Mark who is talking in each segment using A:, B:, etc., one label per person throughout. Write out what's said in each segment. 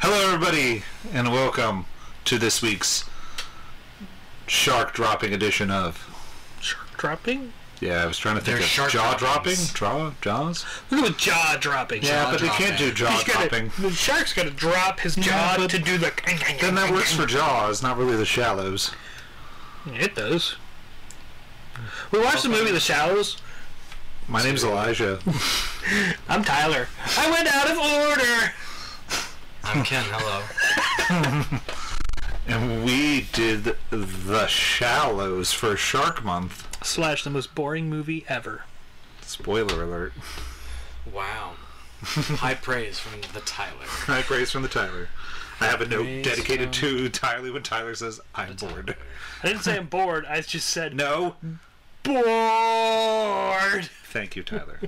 A: Hello, everybody, and welcome to this week's shark dropping edition of.
B: Shark dropping?
A: Yeah, I was trying to think
C: There's
A: of
C: shark
A: jaw dropping,
C: droppings.
A: draw jaws.
B: Look at the jaw dropping.
A: Yeah, but they can't do jaw
B: He's gotta,
A: dropping.
B: the shark's got to drop his
A: Yeah,
B: jaw
A: but
B: to do the.
A: Then that works for jaws, not really the shallows.
B: It does. We watched the movie The Shallows.
A: My name's Elijah.
B: I'm Tyler. I went out of order.
C: I'm Ken. Hello.
A: And we did the shallows for Shark Month.
B: Slash the most boring movie ever.
A: Spoiler alert.
C: Wow. High praise from the Tyler.
A: High praise from the Tyler. I have a note
C: Praise
A: dedicated to Tyler when Tyler says, I'm bored.
B: I didn't say I'm bored. I just said
A: No,
B: bored.
A: Thank you, Tyler.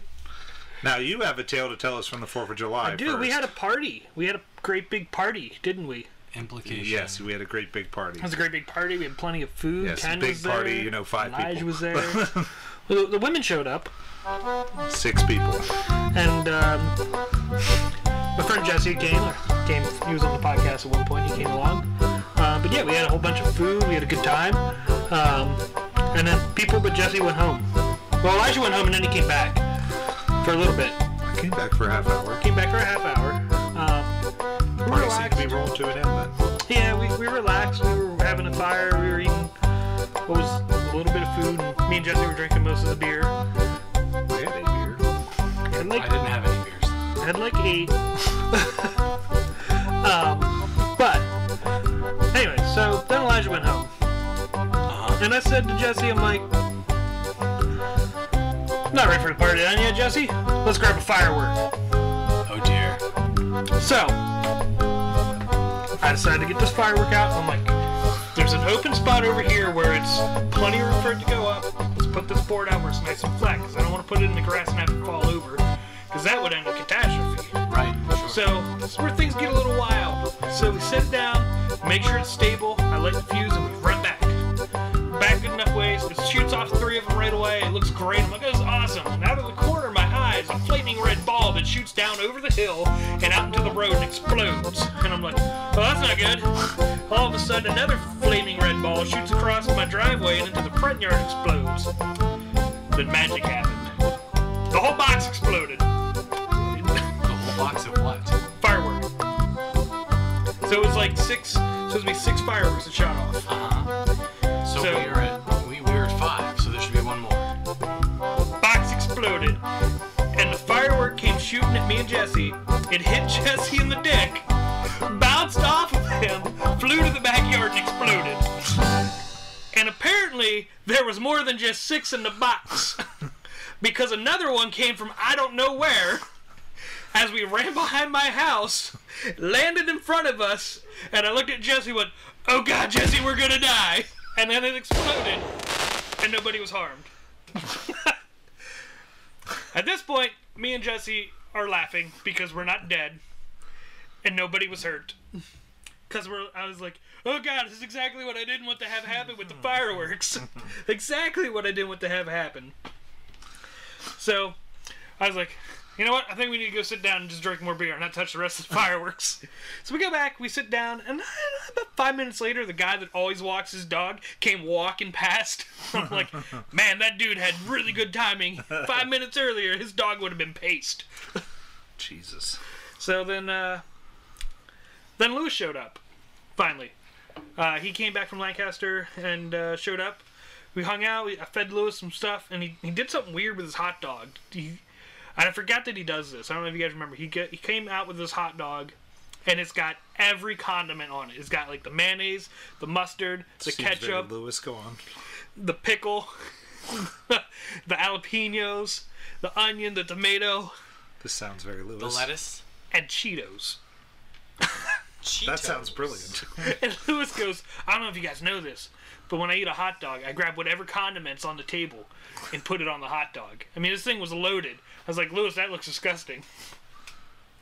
A: now you have a tale to tell us from the Fourth of July.
B: Dude, we had a party. We had a great big party, didn't we?
C: Implication.
A: yes, we had a great big party.
B: It was a great big party. We had plenty of food.
A: Yes,
B: Ken
A: big
B: was there.
A: party, you know, five
B: Lige
A: people.
B: was there. Well, the, the women showed up.
A: Six people.
B: And um, my friend Jesse came. Came. He was on the podcast at one point. He came along. Uh, but yeah, we had a whole bunch of food. We had a good time. Um, and then people, but Jesse went home. Well, Elijah went home and then he came back for a little bit.
A: I came back for a half hour.
B: Came back for a half hour. Um, we
A: Party seemed
B: relaxed.
A: to be rolling to an end then.
B: Yeah, we, we relaxed. We were having a fire. We were eating what was a little bit of food. And me and Jesse were drinking most of the beer.
A: We had a beer.
B: And
C: I
B: like
C: didn't have any beers.
B: had like eight. um, but anyway, so then Elijah went home,
C: Uh-huh.
B: and I said to Jesse, I'm like, not ready for the party done yet, Jesse. Let's grab a firework.
C: Oh dear.
B: So I decided to get this firework out. I'm like, there's an open spot over here where it's plenty of room for it to go up. Let's put this board out where it's nice and flat, because I don't want to put it in the grass and have it fall over, because that would end a catastrophe.
C: Right. Sure.
B: So this is where things get a little wild. So we sit down, make sure it's stable. I light the fuse, and we run back. Back good enough ways. It shoots off three of them right away. It looks great. I'm like, this is awesome. And out of the corner of my eye is a flaming red ball that shoots down over the hill and out into the road and explodes. And I'm like, well, that's not good. All of a sudden, another flaming red ball shoots across my driveway and into the front yard and explodes. Then magic happened. The whole box exploded.
C: the whole box of what?
B: firework. So it was like six, supposed to be six fireworks that shot off.
C: Uh-huh. So,
B: So-
C: we are at we, we are at five, so there should be one more.
B: Box exploded, and the firework came shooting at me and Jesse. It hit Jesse in the dick, bounced off of him, flew to the backyard, and exploded. And apparently, there was more than just six in the box, because another one came from I don't know where. As we ran behind my house, landed in front of us, and I looked at Jesse and went, Oh god, Jesse, we're gonna die! And then it exploded, and nobody was harmed. At this point, me and Jesse are laughing because we're not dead, and nobody was hurt. Cause we're, I was like, oh god, this is exactly what I didn't want to have happen with the fireworks. exactly what I didn't want to have happen. So, I was like, you know what? I think we need to go sit down and just drink more beer and not touch the rest of the fireworks. so we go back, we sit down, and about five minutes later, the guy that always walks his dog came walking past. I'm like, man, that dude had really good timing. Five minutes earlier, his dog would have been paced.
A: Jesus.
B: So then, uh, then Lewis showed up. Finally, uh, he came back from Lancaster and uh, showed up. We hung out. We, I fed Lewis some stuff, and he, he did something weird with his hot dog. He, and I forgot that he does this. I don't know if you guys remember. He get, he came out with this hot dog, and it's got every condiment on it. It's got like the mayonnaise, the mustard, the
A: Seems very
B: ketchup,
A: Lewis, go on.
B: the pickle, the jalapenos, the onion, the tomato,
A: This sounds very Lewis.
C: The lettuce.
B: and Cheetos.
A: That
C: Cheetos.
A: sounds brilliant.
B: And Lewis goes, I don't know if you guys know this, but when I eat a hot dog, I grab whatever condiments on the table and put it on the hot dog. I mean, this thing was loaded. I was like, Lewis, that looks disgusting.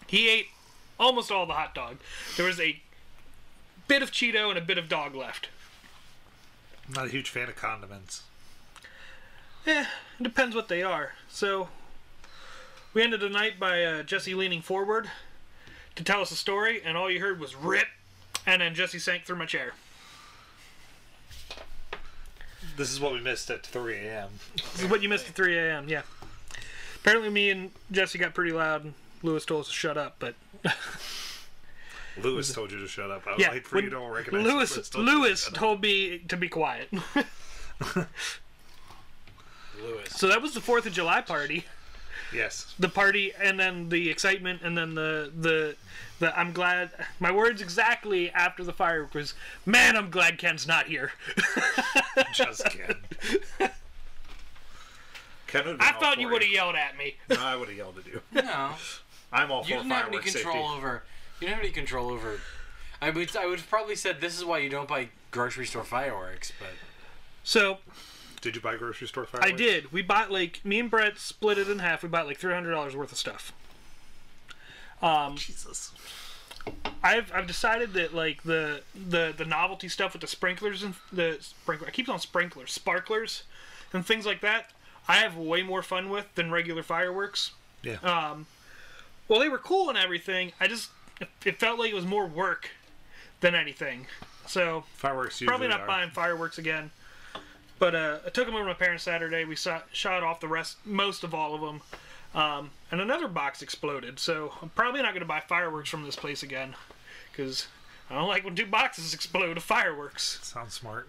B: He ate almost all the hot dog. There was a bit of Cheeto and a bit of dog left.
A: I'm not a huge fan of condiments.
B: Eh, it depends what they are. So, we ended the night by uh, Jesse leaning forward, to tell us a story, and all you heard was rip, and then Jesse sank through my chair.
D: This is what we missed at 3 a.m.
B: This is what you missed at 3 a.m. Yeah. Apparently, me and Jesse got pretty loud, and Lewis told us to shut up. But
D: Lewis told you to shut up. I was
B: yeah,
D: like, for you
B: when
D: don't recognize it, but it's
B: Lewis
D: still-
B: Lewis told me to be quiet.
C: Lewis.
B: so that was the Fourth of July party,
D: Yes.
B: the party, and then the excitement, and then the the the I'm glad. My words exactly after the firework was, "Man, I'm glad Ken's not here."
D: Just Ken. Ken would've been
B: I
D: all
B: thought
D: for
B: you would have yelled at me.
D: No, I would have yelled at you.
C: No,
D: I'm all
C: you
D: for
C: didn't have any
D: fireworks safety.
C: control over. You didn't have any control over. I would. I would have probably said this is why you don't buy grocery store fireworks, but
B: So
D: Did you buy grocery store
B: I
D: fireworks?
B: did. We bought like me and Brett split it in half. We bought like three hundred dollars worth of stuff. Um,
D: Jesus.
B: I've I've decided that like the the the novelty stuff with the sprinklers and the sprinkler I keep on sprinklers, sparklers, and things like that. I have way more fun with than regular fireworks.
D: Yeah.
C: Uh,
B: Well, they were cool and everything. I just it, it felt like it was more work than anything. So
D: fireworks usually
B: probably not
D: are.
B: buying fireworks again. But uh, I took them over to my parents Saturday. We saw, shot off the rest, most of all of them, um, and another box exploded. So I'm probably not going to buy fireworks from this place again, because I don't like when two boxes explode of fireworks.
D: Sounds smart.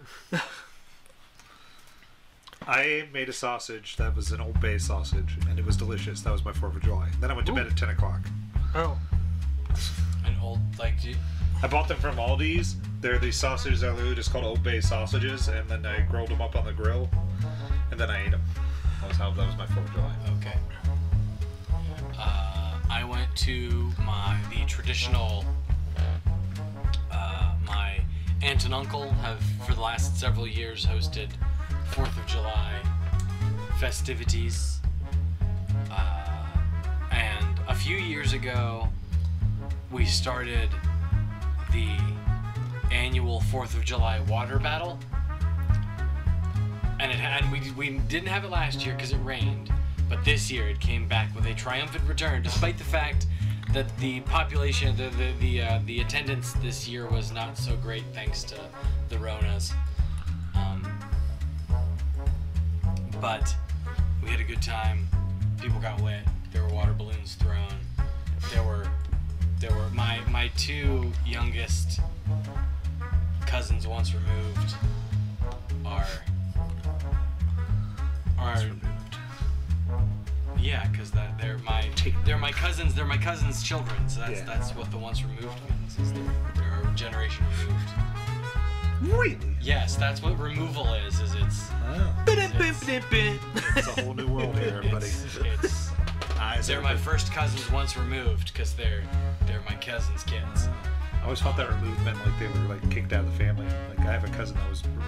D: I made a sausage that was an Old Bay sausage, and it was delicious. That was my 4th of July. Then I went to bed at 10 o'clock.
B: Oh,
C: an old like. Do you,
D: I bought them from Aldi's. They're these sausages that are literally just called Old Bay sausages, and then I grilled them up on the grill, and then I ate them. That was how that was my 4th of July.
C: Okay. Uh, I went to my the traditional. Uh, my aunt and uncle have for the last several years hosted Fourth of July festivities, uh, and a few years ago we started the annual Fourth of July water battle and it had we, we didn't have it last year because it rained but this year it came back with a triumphant return despite the fact that the population the the the, uh, the attendance this year was not so great thanks to the ronas um, but we had a good time people got wet there were water balloons thrown there were there were my my two youngest cousins once removed are are yeah, because that they're my they're my cousins. They're my cousins' children. So that's
D: Yeah.
C: that's what the once removed means. Is they're, they're a generation removed.
D: Really?
C: Yes, that's what removal is. Is it's
D: Wow.
C: it's,
D: It's a whole new world here, everybody.
C: it's, it's
D: Eyes
C: they're my
D: open.
C: first cousins once removed because they're they're my cousins' kids.
D: I always thought that removed meant like they were like kicked out of the family. Like I have a cousin that was removed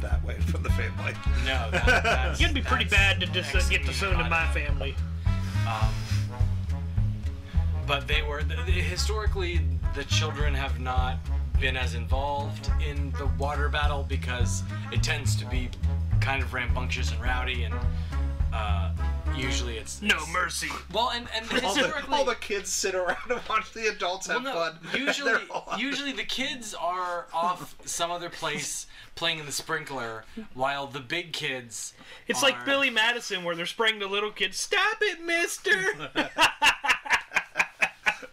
D: that way from the family.
C: No, that, that's,
B: you'd be pretty
C: that's
B: bad to dis- get disowned in my
C: excommunicated.
B: family.
C: Um, but they were th- th- historically the children have not been as involved in the water battle because it tends to be kind of rambunctious and rowdy, and uh, usually it's,
B: No
C: it's-
B: mercy.
C: Well, and and historically,
D: kids sit around and watch the adults have
C: well, no, usually usually the kids are off some other place playing in the sprinkler, while the big kids
B: It's
C: are-
B: like Billy Madison where they're spraying the little kids. Stop it, Mister.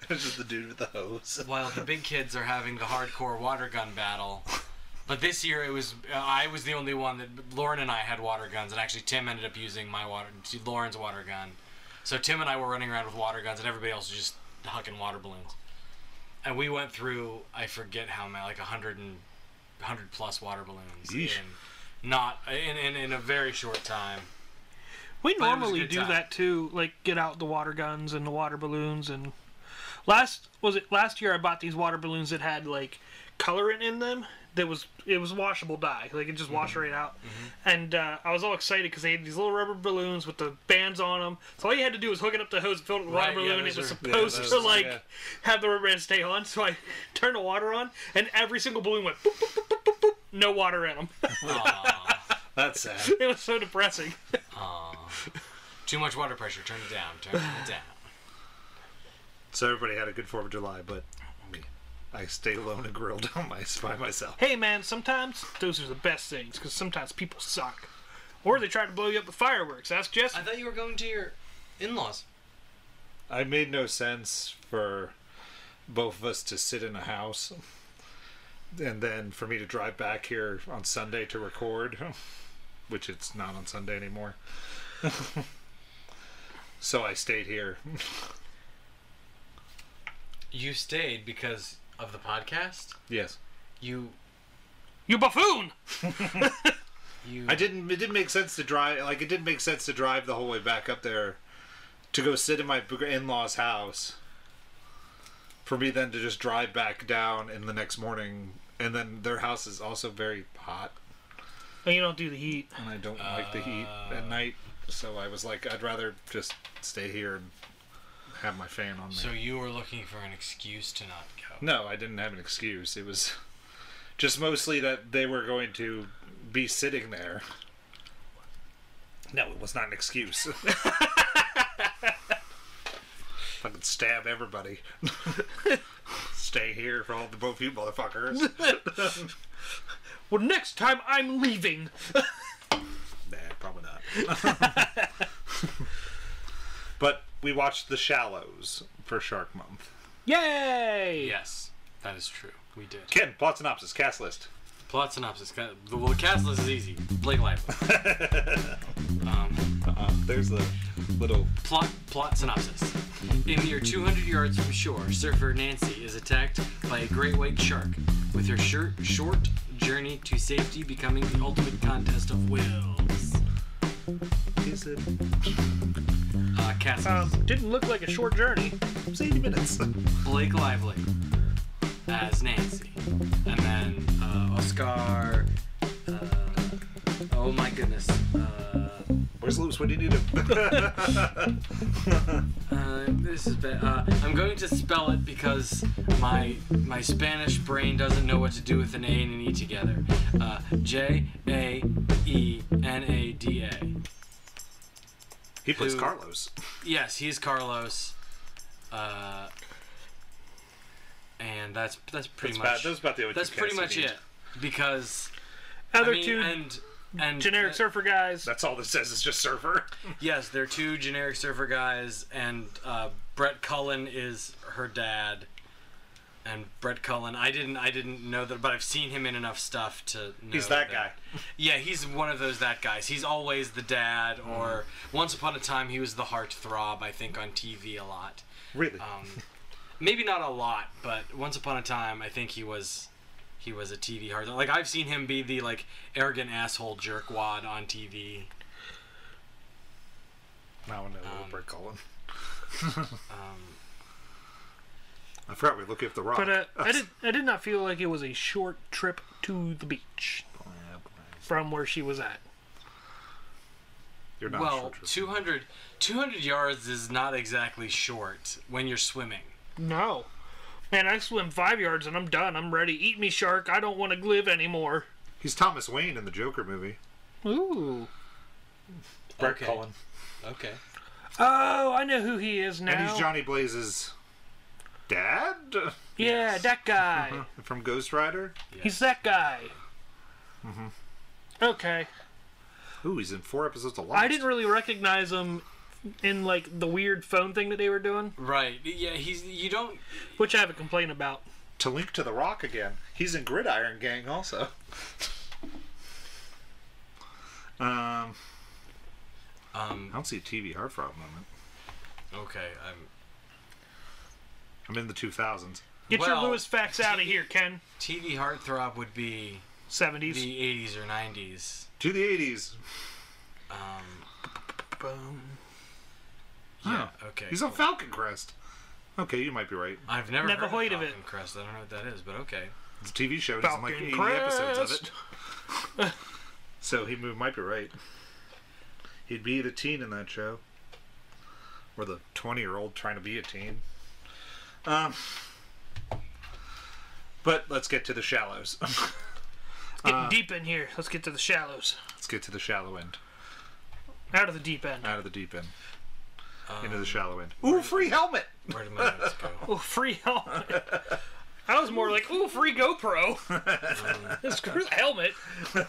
D: It's just the dude with the hose.
C: while the big kids are having the hardcore water gun battle. But this year it was uh, I was the only one that Lauren and I had water guns, and actually Tim ended up using my water Lauren's water gun. So Tim and I were running around with water guns, and everybody else was just hucking water balloons. And we went through I forget how many like 100 and 100 plus water balloons
D: Yeesh.
C: in not in, in in a very short time.
B: We
C: But it was a
B: normally
C: good
B: do
C: time.
B: that too, like get out the water guns and the water balloons and last was it last year I bought these water balloons that had like colorant in them that was it was washable dye like it just washed
C: Mm-hmm.
B: right out and uh, I was all excited because they had these little rubber balloons with the bands on them so all you had to do was hook it up to the hose and fill it with the
C: Right,
B: water
C: yeah,
B: balloon and
C: those
B: it was
C: are- yeah,
B: supposed
D: those
B: to
D: are-
B: like
D: yeah.
B: have the rubber band stay on so I turned the water on and every single balloon went boop, boop, boop, boop, boop, boop, no water in them
C: Aw,
D: That's sad.
B: it was so depressing
C: aw. Too much water pressure. Turn it down. Turn it down.
D: So everybody had a good Fourth of July, but me, I stayed alone and grilled on my by myself.
B: Hey man, sometimes those are the best things because sometimes people suck, or they try to blow you up with fireworks. Ask Jesse.
C: I thought you were going to your in-laws.
D: I made no sense for both of us to sit in a house, and then for me to drive back here on Sunday to record, which it's not on Sunday anymore. so I stayed here.
C: You stayed because of the podcast.
D: yes.
C: You
B: You buffoon!
C: you.
D: I didn't. It didn't make sense to drive. Like it didn't make sense to drive the whole way back up there, to go sit in my in-laws' house. For me, then to just drive back down in the next morning, and then their house is also very hot,
B: Well, you don't do the heat.
D: and I don't like the heat at night. So I was like, I'd rather just stay here and have my fan on me.
C: So you were looking for an excuse to not go.
D: No, I didn't have an excuse. It was just mostly that they were going to be sitting there. No, it was not an excuse. Fucking stab everybody. Stay here for all the both you motherfuckers.
B: Well, next time I'm leaving.
D: nah, probably not. but we watched The Shallows for Shark Month.
B: Yay!
C: Yes, that is true. We did.
D: Ken, plot synopsis, cast list.
C: Plot synopsis. Ca- The well, the cast list is easy. Blake Lively. um,
D: Uh, there's the little
C: plot plot synopsis. In the year 200 yards from shore, surfer Nancy is attacked by a great white shark. With her shir- short journey to safety becoming the ultimate contest of wills.
D: is it
C: Uh, cast
B: Um, didn't look like a short journey.
D: it's 80 minutes.
C: Blake Lively as Nancy, and then uh, Oscar. Uh, oh my goodness. Uh,
D: Where's Lewis when you need him?
C: uh, this is bad. Uh, I'm going to spell it because my my Spanish brain doesn't know what to do with an A and an E together. Uh, J A E N A D A.
D: he plays
C: Who-
D: Carlos.
C: Yes, he's Carlos. Uh, and that's that's pretty
D: That's
C: much
D: about- that's about the only
C: that's
D: two
C: pretty
D: casts
C: much
D: we
C: it because
B: Other
C: I mean,
B: two
C: and and
B: generic
C: uh,
B: surfer guys.
D: That's all this says is just surfer.
C: Yes, they're two generic surfer guys, and uh, Brett Cullen is her dad. And Brett Cullen, I didn't, I didn't know that, but I've seen him in enough stuff to. Know
D: He's that guy.
C: Yeah, he's one of those that guys. He's always the dad, or once upon a time he was the heartthrob. I think on TV a lot.
D: Really?
C: Um, maybe not a lot, but once upon a time, I think he was he was a TV hard. Like I've seen him be the like arrogant asshole jerkwad on TV.
D: no, no,
C: um,
D: Brett Cullen.
C: Um,
D: I forgot we were looking at the rock.
B: But uh, I did. I did not feel like it was a short trip to the beach from where she was at.
D: You're not
C: well,
D: sure.
C: 200, 200 yards is not exactly short when you're swimming.
B: No, man, I swim five yards and I'm done. I'm ready. Eat me, shark. I don't want to live anymore.
D: He's Thomas Wayne in the Joker movie.
B: Ooh.
D: Brett
C: Okay.
D: Cullen.
C: Okay.
B: Oh, I know who he is now.
D: And he's Johnny Blaze's dad
B: yeah, that guy.
D: from Ghost Rider.
B: He's that guy.
D: Mm-hmm.
B: Okay.
D: Ooh, he's in four episodes of Lost.
B: I didn't really recognize him in like the weird phone thing that they were doing,
C: Right. Yeah, he's you don't
B: which I have a complaint about.
D: To link to the rock again, he's in Gridiron Gang also. Um, I
C: um
D: don't see a TVR for a moment.
C: okay, um, I'm
D: I'm in the 2000s.
B: Get
C: Well-
B: your Lewis facts out of here, Ken.
C: TV heartthrob would be
B: 70s.
C: the 80s or 90s.
D: To the 80s.
C: Um
D: Boom.
C: yeah,
D: Oh,
C: okay.
D: He's on Falcon Crest. Okay, you might be right.
C: I've never,
B: Never
C: heard
B: heard
C: of
B: of it.
C: Falcon Crest. I don't know what that is, but okay.
D: It's a TV show. There's like
B: Falcon
D: 80 episodes of it. so he mo- might be right. He'd be the teen in that show, or the 20 year old trying to be a teen. Um, but let's get to the shallows.
B: it's getting
C: uh,
B: deep in here. Let's get to the shallows.
D: let's get to the shallow end,
C: Uh,
B: Out of the deep end.
D: out of the deep end.
A: into the shallow end. Um, Ooh, free helmet!
C: Where did my notes go?
B: Oh, free helmet. I was more like, ooh, free GoPro. Screw the helmet.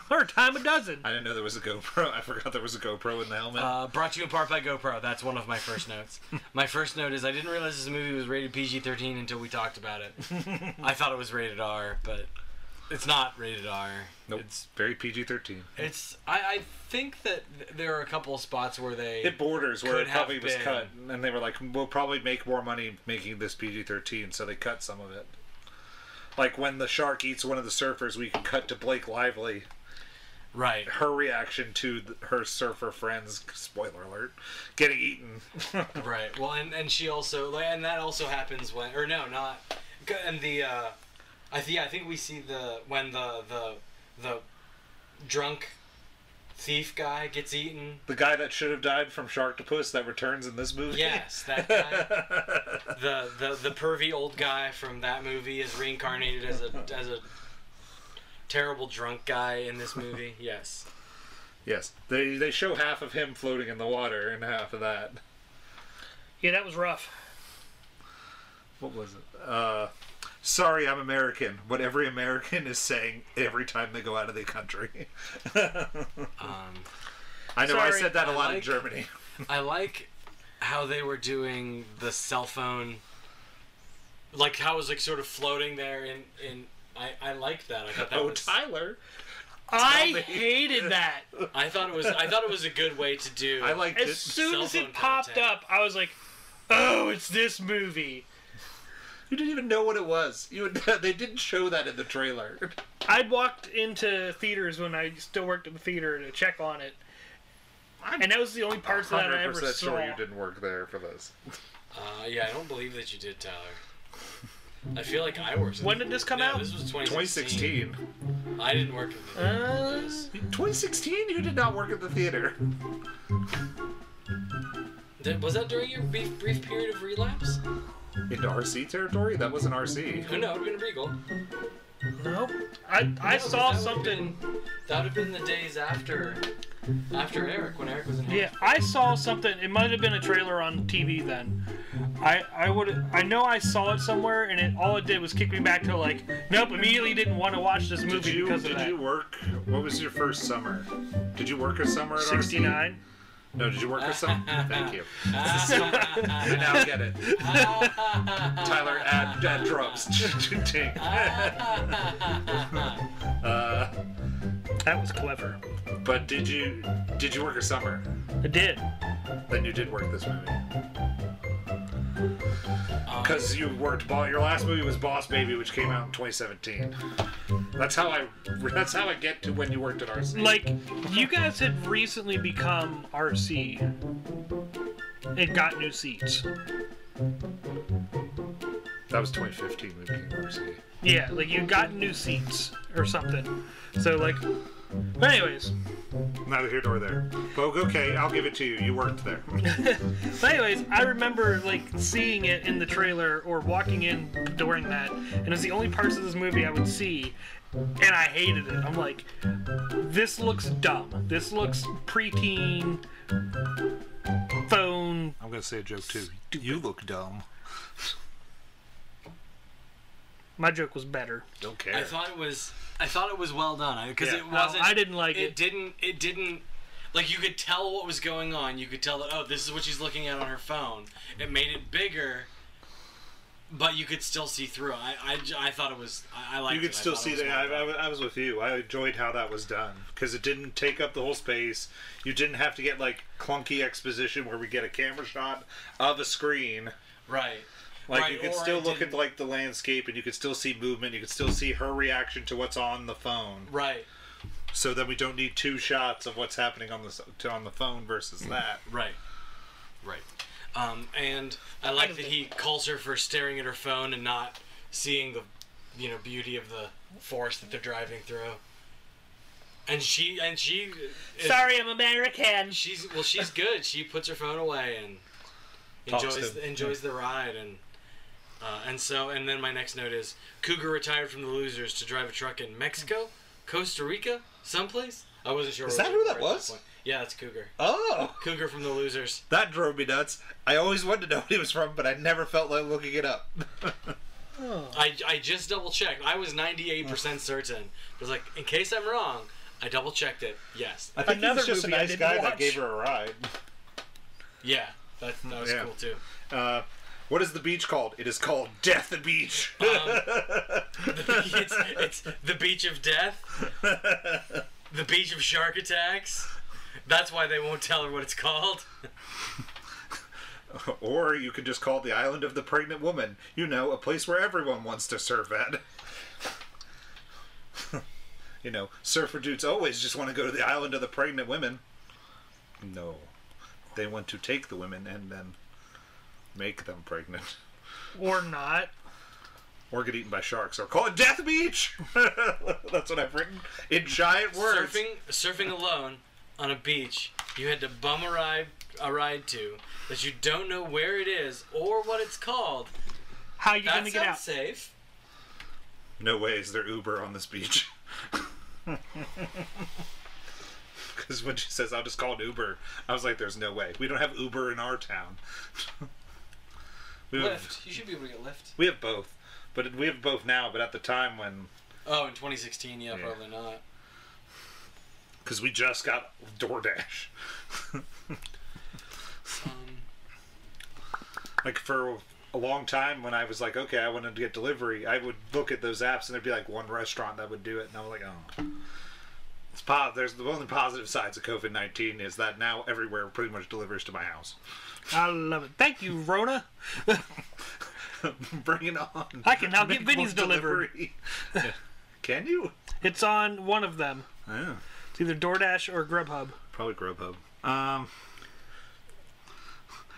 B: Third time a dozen.
D: I didn't know there was a GoPro. I forgot there was a GoPro in the helmet.
C: Uh, brought to you in part by GoPro. That's one of my first notes. My first note is I didn't realize this movie was rated PG 13 until we talked about it. I thought it was rated R, but it's not rated R.
D: nope. It's very PG thirteen.
C: It's. I, I think that th- there are a couple of spots where they.
D: It borders where
C: Could
D: it probably
C: have
D: was
C: been.
D: cut, and they were like, "We'll probably make more money making this PG thirteen, so they cut some of it. Like when the shark eats one of the surfers, we can cut to Blake Lively,
C: right.
D: her reaction to th- her surfer friends. Spoiler alert: getting eaten.
C: Right. Well, and, and she also like, and that also happens when or no, not and the uh, I think yeah, I think we see the when the the the drunk thief guy gets eaten.
D: The guy that should have died from Shark to Puss that returns in this movie.
C: Yes, that guy. the the the pervy old guy from that movie is reincarnated as a as a terrible drunk guy in this movie. Yes.
D: Yes. They they show half of him floating in the water and half of that.
B: Yeah, that was rough.
D: What was it? Uh, sorry, I'm American. What every American is saying every time they go out of the country.
C: Um,
D: I know I
B: Sorry,
D: said that a
C: I
D: lot in
C: like-
D: Germany.
C: I like how they were doing the cell phone, like how it was like sort of floating there, and and I I liked that. I thought that
D: Oh,
C: was
D: Tyler.
B: I hated that.
C: I thought it was I thought it was a good way to do.
D: I liked
B: As
D: it.
B: soon
C: Cell
B: as
C: phone
B: it popped
C: content.
B: up, I was like, oh, it's this movie.
D: You didn't even know what it was. You they didn't show that in the trailer.
B: I'd walked into theaters when I still worked at the theater to check on it,
D: I'm
B: and that was the only parts that I ever
D: sure
B: saw.
D: you didn't work there for this.
C: Uh, yeah, I don't believe that you did, Tyler. I feel like I worked.
B: When did this come
C: no,
B: out?
C: This was 2016.
D: 2016.
C: I didn't work at the
B: Uh,
D: 2016? You did not work at the theater.
B: Uh.
C: Did- was that during your brief, brief period of relapse?
D: Into RC territory? That wasn't RC.
C: Oh no, it would have been Regal.
B: no, I I
C: No,
B: saw
C: that would've
B: something.
C: been- that would have been the days after, after Eric, when Eric was in.
B: Yeah, I saw something. It might have been a trailer on TV then. I I would I know I saw it somewhere, and it all it did was kick me back to like, nope. Immediately didn't want to watch this
D: Did
B: movie
D: you
B: because of
D: did
B: that.
D: you work? What was your first summer? Did you work a summer at RC?
B: 69.
D: No, did you work with some? Thank you. you now get it. Tyler, add, add drums. Ting. uh,
B: That was clever.
D: but did you did you work a summer?
B: It did.
D: Then you did work this movie. Because you worked. Bo- your last movie was Boss Baby, which came out in 2017. That's how I. That's how I get to when you worked at RC.
B: Like, you guys had recently become RC. It got new seats.
D: That was 2015 when we became RC.
B: Yeah, like you got new seats or something. So like, but anyways,
D: Neither here nor there. But okay, I'll give it to you. You worked there.
B: but anyways, I remember like seeing it in the trailer or walking in during that, and it's the only parts of this movie I would see, and I hated it. I'm like, this looks dumb. This looks preteen phone.
D: I'm gonna say a joke too. You look dumb.
B: My joke was better.
D: Don't care.
C: I thought it was. I thought it was well done because
D: Yeah.
C: it
D: No,
C: wasn't.
B: I didn't like it.
C: It didn't. It didn't. Like you could tell what was going on. You could tell that oh, this is what she's looking at on her phone. It made it bigger, but you could still see through. I I, j- I thought it was. I, I liked.
D: you could
C: it.
D: still
C: I thought
D: see
C: it was
D: that.
C: well
D: I,
C: done.
D: I, wa- I was with you. I enjoyed how that was done because it didn't take up the whole space. You didn't have to get like clunky exposition where we get a camera shot of a screen.
C: Right.
D: Like
C: Right,
D: you could
C: or
D: still
C: it
D: look at
C: didn't-
D: like the landscape and you could still see movement. You could still see her reaction to what's on the phone.
C: Right.
D: So then we don't need two shots of what's happening on the s- to, on the phone versus that.
C: Right. Right. Um, and I like that he calls her for staring at her phone and not seeing the, you know, beauty of the forest that they're driving through. And she and she. is-
B: Sorry, I'm American.
C: She's well. She's good. She puts her phone away and
D: Talks
C: enjoys
D: to him.
C: enjoys the ride and. Uh, and so, and then my next note is Cougar retired from the losers to drive a truck in Mexico, Costa Rica, someplace. I wasn't sure.
D: Is
C: where
D: that
C: we
D: who
C: were
D: that
C: at
D: was?
C: point. Yeah, it's Cougar.
D: Oh,
C: Cougar from the Losers.
D: that drove me nuts. I always wanted to know what he was from, but I never felt like looking it up.
C: I, I just double checked. I was 98% certain. I was like, in case I'm wrong, I double checked it. Yes.
D: I think
B: Another
D: he's just a
B: movie I
D: nice
B: didn't
D: guy
B: watch.
D: that gave her a ride.
C: Yeah. That, that was
D: Yeah.
C: cool too.
D: Uh, what is the beach called? It is called Death Beach.
C: Um, it's, it's the beach of death, the beach of shark attacks. That's why they won't tell her what it's called.
D: or you could just call it the Island of the Pregnant Woman. You know, a place where everyone wants to surf at. you know, surfer dudes always just want to go to the Island of the Pregnant Women. No. They want to take the women and then make them pregnant.
B: Or not.
D: Or get eaten by sharks. Or call it Death Beach! That's what I've written in giant words.
C: Surfing, surfing alone on a beach you had to bum a ride, a ride to that you don't know where it is or what it's called.
B: How you
C: That
B: gonna get out?
C: sounds safe.
D: No ways, they're Uber on this beach. Because when she says, I'll just call an Uber, I was like, there's no way. We don't have Uber in our town. we, have,
C: Lyft. You should be able to get Lyft.
D: we have both. But we have both now, but at the time when.
C: Oh, in 2016, yeah, probably not.
D: Because we just got DoorDash.
C: Um,
D: Like, for a long time, when I was like, okay, I wanted to get delivery, I would look at those apps and there'd be like one restaurant that would do it. And I was like, oh. It's po- there's the only positive sides of COVID 19 is that now everywhere pretty much delivers to my house.
B: I love it. Thank you, Rona.
D: Bring it on.
B: I can now get Vinny's
D: More
B: delivered.
D: delivery. Can you?
B: It's on one of them.
D: Yeah,
B: It's either DoorDash or Grubhub.
D: probably Grubhub. Um,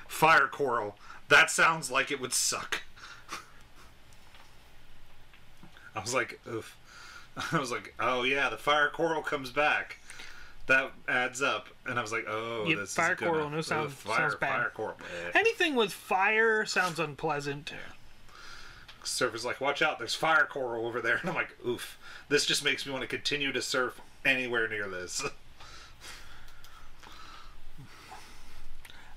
D: fire coral. That sounds like it would suck. I was like, oof. I was like, oh yeah, the fire coral comes back. That adds up, and I was like, oh,
B: Yep,
D: this
B: fire
D: is gonna-
B: coral, no
D: Ugh,
B: sound-
D: fire,
B: sounds bad.
D: Fire coral. Eh.
B: Anything with fire sounds unpleasant.
D: surfer's like, watch out, there's fire coral over there. And I'm like, oof, this just makes me want to continue to surf anywhere near this.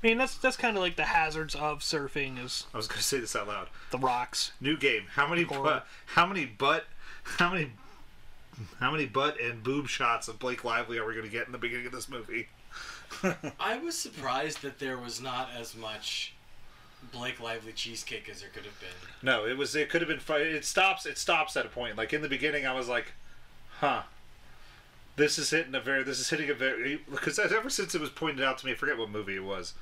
B: I mean, that's that's kind of like the hazards of surfing is
D: I was going to say this out loud.
B: the rocks.
D: New game. How many
B: Coral.
D: butt, how many butt how many how many butt and boob shots of Blake Lively are we going to get in the beginning of this movie?
C: I was surprised that there was not as much Blake Lively cheesecake as there could have been.
D: No, it was it could have been fi- it stops it stops at a point. Like in the beginning I was like, "Huh. This is hitting a very this is hitting a very because ever since it was pointed out to me, I forget what movie it was.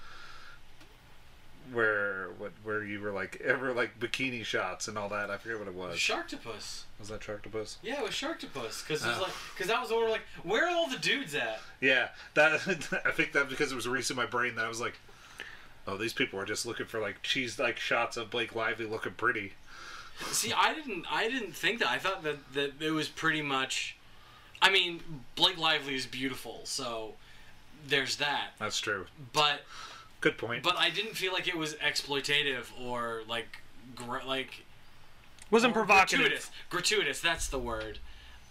D: Where what where you were like ever like bikini shots and all that. I forget what it was.
C: Sharktopus.
D: Was that Sharktopus?
C: Yeah, it was Sharktopus. Because like, cause that was the one where, like, where are all the dudes at?
D: Yeah, that I think that because it was recent in my brain that I was like, oh, these people are just looking for like cheese like shots of Blake Lively looking pretty.
C: See, I didn't, I didn't think that. I thought that, that it was pretty much. I mean, Blake Lively is beautiful, so there's that.
D: That's true.
C: But
D: Good point.
C: but I didn't feel like it was exploitative or like gr- like
B: Wasn't provocative.
C: Oh, Gratuitous. Gratuitous, that's the word.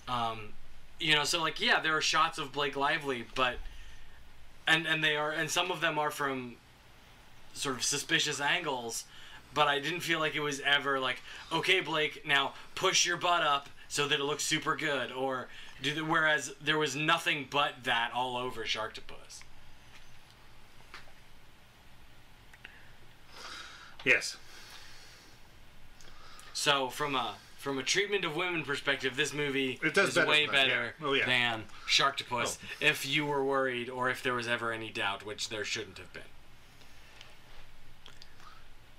C: Um, you know, so like yeah, there are shots of Blake Lively, but and and they are and some of them are from sort of suspicious angles, but I didn't feel like it was ever like, okay, Blake, now push your butt up so that it looks super good or do the, whereas there was nothing but that all over Sharktopus.
D: yes.
C: So from a from a treatment of women perspective, this movie
D: It does
C: is
D: better
C: way
D: than that,
C: better
D: yeah. Oh, yeah.
C: than Sharktopus. If you were worried, or if there was ever any doubt, which there shouldn't have been.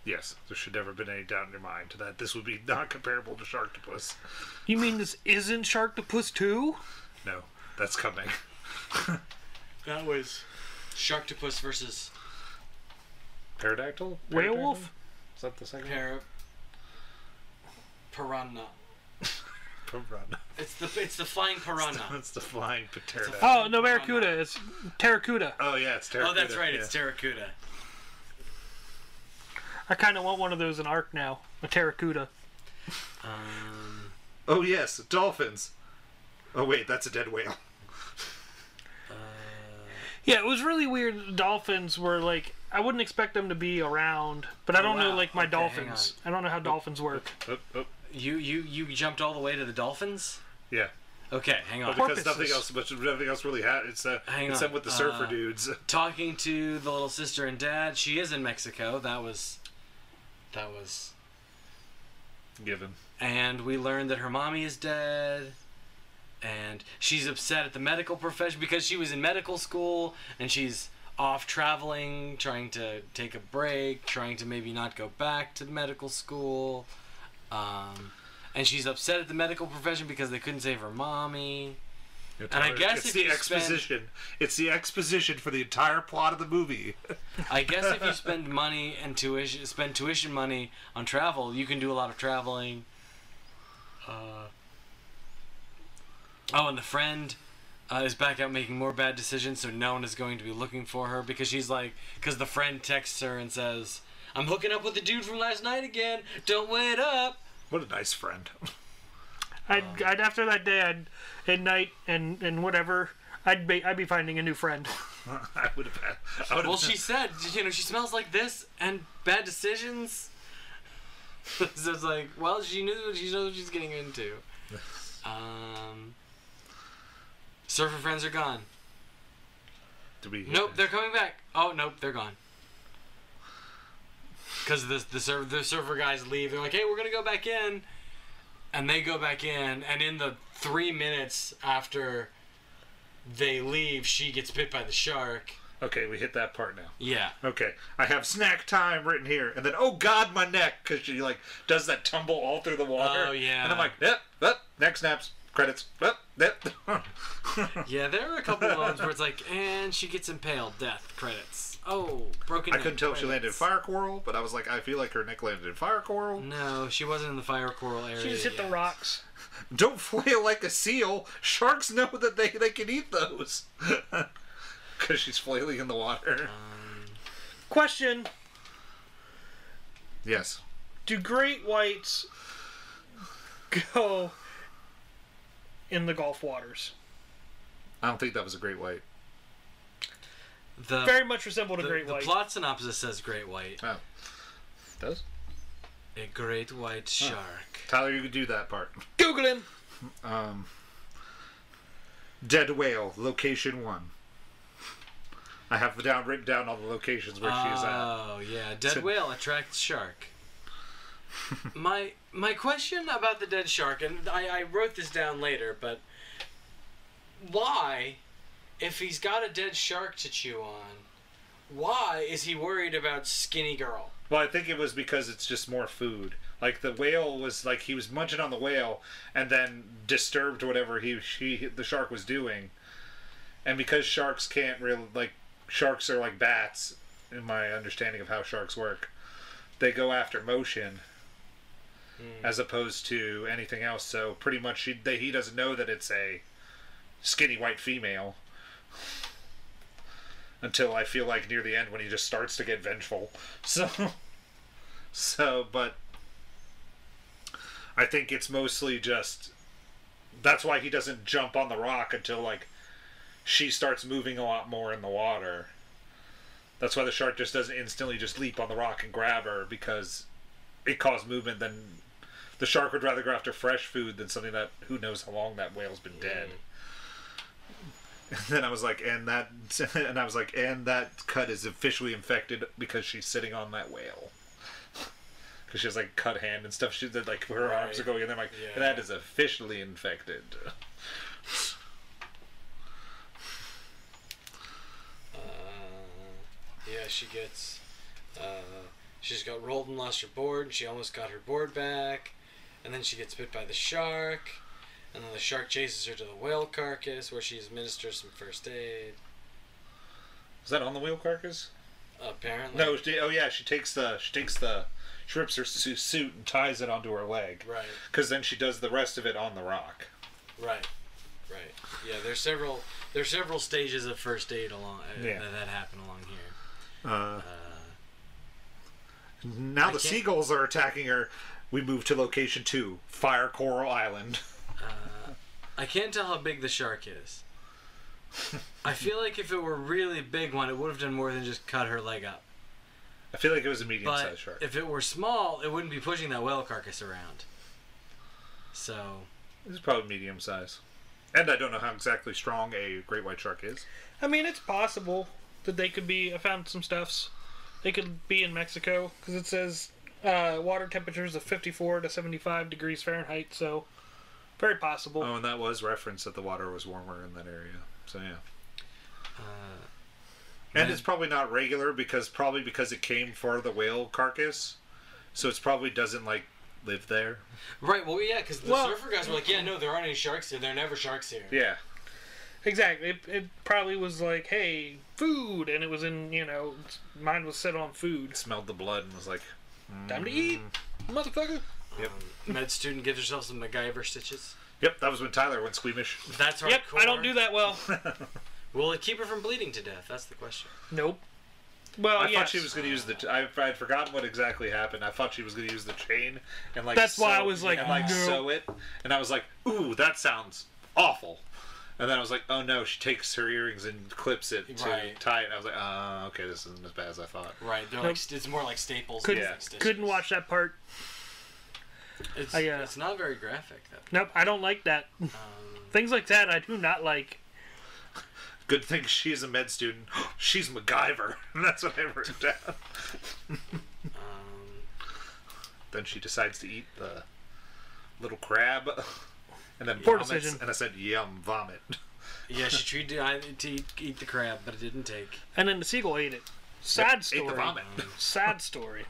D: Yes. There should never have been any doubt in your mind that this would be not comparable to Sharktopus.
B: You mean this isn't Sharktopus 2?
D: No, that's coming.
C: That was Sharktopus versus
D: Pterodactyl?
B: Werewolf?
D: Is that the second one?
C: Para Piranha.
D: Piranha.
C: It's the it's the flying piranha.
D: That's the flying pterodactyl.
B: Oh, no, Barracuda. It's Terracuda.
D: Oh yeah, it's terrible.
C: Oh, that's right. It's Terracuda.
B: I kind of want one of those in Arc now. A Terracuda.
C: Um,
D: oh yes, dolphins. Oh wait, that's a dead whale.
B: Yeah, it was really weird. Dolphins were like I wouldn't expect them to be around, but I don't know
C: wow.
B: like my
C: Okay, hang
B: dolphins. I don't know how dolphins work.
D: Oh, oh,
C: You you you jumped all the way to the dolphins.
D: yeah.
C: Okay, hang on.
D: Oh, Because
B: Porpoises.
D: nothing else, but nothing else really had. It's uh,
C: Hang
D: it's
C: on,
D: them with the surfer
C: uh,
D: dudes.
C: Talking to the little sister and dad. She is in Mexico. That was, that was,
D: Given.
C: and we learned that her mommy is dead. And she's upset at the medical profession because she was in medical school and she's off traveling, trying to take a break, trying to maybe not go back to medical school. Um, and she's upset at the medical profession because they couldn't save her mommy. And I guess
D: it's
C: if
D: the
C: you spend-
D: exposition. It's the exposition for the entire plot of the movie.
C: I guess if you spend money and tuition, spend tuition money on travel, you can do a lot of traveling. Uh, oh, and the friend uh, is back out making more bad decisions, so no one is going to be looking for her because she's like, because the friend texts her and says, "I'm hooking up with the dude from last night again. Don't wait up."
D: What a nice friend.
B: I'd,
C: Um.
B: I'd after that day, I'd at night and and whatever, I'd be I'd be finding a new friend.
D: I would have. I would have.
C: Well, she said, you know, she smells like this and bad decisions. so it's like, well, she knew she knows what she's getting into. Um, surfer friends are gone.
D: to be
C: Nope, they're coming back. Oh, nope, they're gone. Because the the surfer, the surfer guys leave. They're like, hey, we're gonna go back in, and they go back in. And in the three minutes after they leave, she gets bit by the shark.
D: Okay, we hit that part now.
C: Yeah.
D: Okay, I have snack time written here, and then oh god, my neck, because she like does that tumble all through the water.
C: Oh, yeah.
D: And I'm like, yep, yep, neck snaps, credits, yep, yep.
C: Yeah, there are a couple of ones where it's like, and she gets impaled, death, credits. Oh, broken.
D: I
C: neck,
D: couldn't tell if she landed in
C: credits.
D: fire coral, but I was like, I feel like her neck landed in fire coral.
C: No, she wasn't in the fire coral area.
B: She just hit the
C: yet.
B: rocks.
D: Don't flail like a seal. Sharks know that they they can eat those. Because she's flailing in the water.
B: Question:
D: Yes.
B: Do great whites go in the Gulf waters?
D: I don't think that was a great white.
C: The,
B: Very much resembled a
C: the,
B: great
C: the
B: white.
C: plot synopsis says great white,
D: Oh. Does?
C: a great white shark.
D: Tyler, you could do that part.
B: Google him.
D: Um, dead whale, location one. I have down written down all the locations where she is at.
C: Oh yeah, dead whale attracts shark. my my question about the dead shark, and I, I wrote this down later, but why, if he's got a dead shark to chew on, why is he worried about skinny girl?
D: Well, I think it was because it's just more food. Like the whale was like he was munching on the whale and then disturbed whatever he she the shark was doing. And because sharks can't really like sharks are like bats in my understanding of how sharks work. They go after motion as opposed to anything else. So pretty much he they, he doesn't know that it's a skinny white female until I feel like near the end when he just starts to get vengeful. So, so, but I think it's mostly just that's why he doesn't jump on the rock until like she starts moving a lot more in the water. That's why the shark just doesn't instantly just leap on the rock and grab her because it caused movement. Then the shark would rather go after fresh food than something that who knows how long that whale's been dead. And then I was like, and that, and I was like, and that cut is officially infected because she's sitting on that whale. Because she has like cut hand and stuff. She did like her arms are going in there. I'm like
C: Yeah.
D: that is officially infected.
C: Yeah, she gets. Uh, she's got rolled and lost her board, and she almost got her board back. And then she gets bit by the shark. And then the shark chases her to the whale carcass, where she administers some first aid.
D: Is that on the whale carcass?
C: Apparently.
D: No. She, oh yeah, she takes the she takes the she rips her su- suit and ties it onto her leg.
C: Right,
D: Because then she does the rest of it on the rock.
C: right, right. Yeah, there's several. There's several stages of first aid along uh,
D: Yeah.
C: that, that happen along here.
D: Uh, now the
C: can't-
D: seagulls are attacking her. We move to location two, Fire Coral Island.
C: I can't tell how big the shark is. I feel like if it were a really big one, it would have done more than just cut her leg up.
D: I feel like it was a medium
C: But
D: sized shark.
C: if it were small, it wouldn't be pushing that whale carcass around. So
D: It was probably medium size. And I don't know how exactly strong a great white shark is.
B: I mean, it's possible that they could be. I found some stuffs. They could be in Mexico because it says uh, water temperatures of 54 to 75 degrees Fahrenheit. So, very possible.
D: Oh, and that was referenced that the water was warmer in that area. So yeah. and it's probably not regular because probably because it came for the whale carcass, so it's probably doesn't like live there.
C: right, well, yeah, because the
B: Well-
C: surfer guys were like, yeah, no, there aren't any sharks here. There are never sharks here.
D: Yeah.
B: Exactly. It, it probably was like, hey, food, and it was in you know, it's- mine was set on food.
D: Smelled the blood and was like,
B: Time to eat, motherfucker.
D: "Yep,
C: Um, Med student gives herself some MacGyver stitches.
D: yep." That was when Tyler went squeamish.
C: That's hardcore.
B: Yep, I don't do that well.
C: Will it keep her from bleeding to death? That's the question.
B: nope. Well,
D: I
B: Oh, yes.
D: thought she was going to use the. T- I I'd forgotten what exactly happened. I thought she was going to use the chain and like.
B: That's why I was like,
D: and like
B: no.
D: sew it, and I was like, ooh, that sounds awful. And then I was like, oh no, she takes her earrings and clips it to
C: Right.
D: tie it. And I was like, oh, okay, this isn't as bad as I thought.
C: Right, they're like, it's more like staples.
B: couldn't,
D: yeah,
C: stitches.
B: couldn't watch that part.
C: It's,
B: I, uh,
C: it's not very graphic. Though.
B: Nope, I don't like that.
D: Um,
B: Things like that, I do not like.
D: Good thing she's a med student. she's MacGyver. That's what I wrote down. Um, then she decides to eat the little crab, and then
B: Poor
D: vomits.
B: decision.
D: And I said, yum, vomit.
C: Yeah, she tried to, I, to eat, eat the crab, but it didn't take.
B: And then the seagull ate it. Sad story.
D: Ate the vomit.
B: Sad story.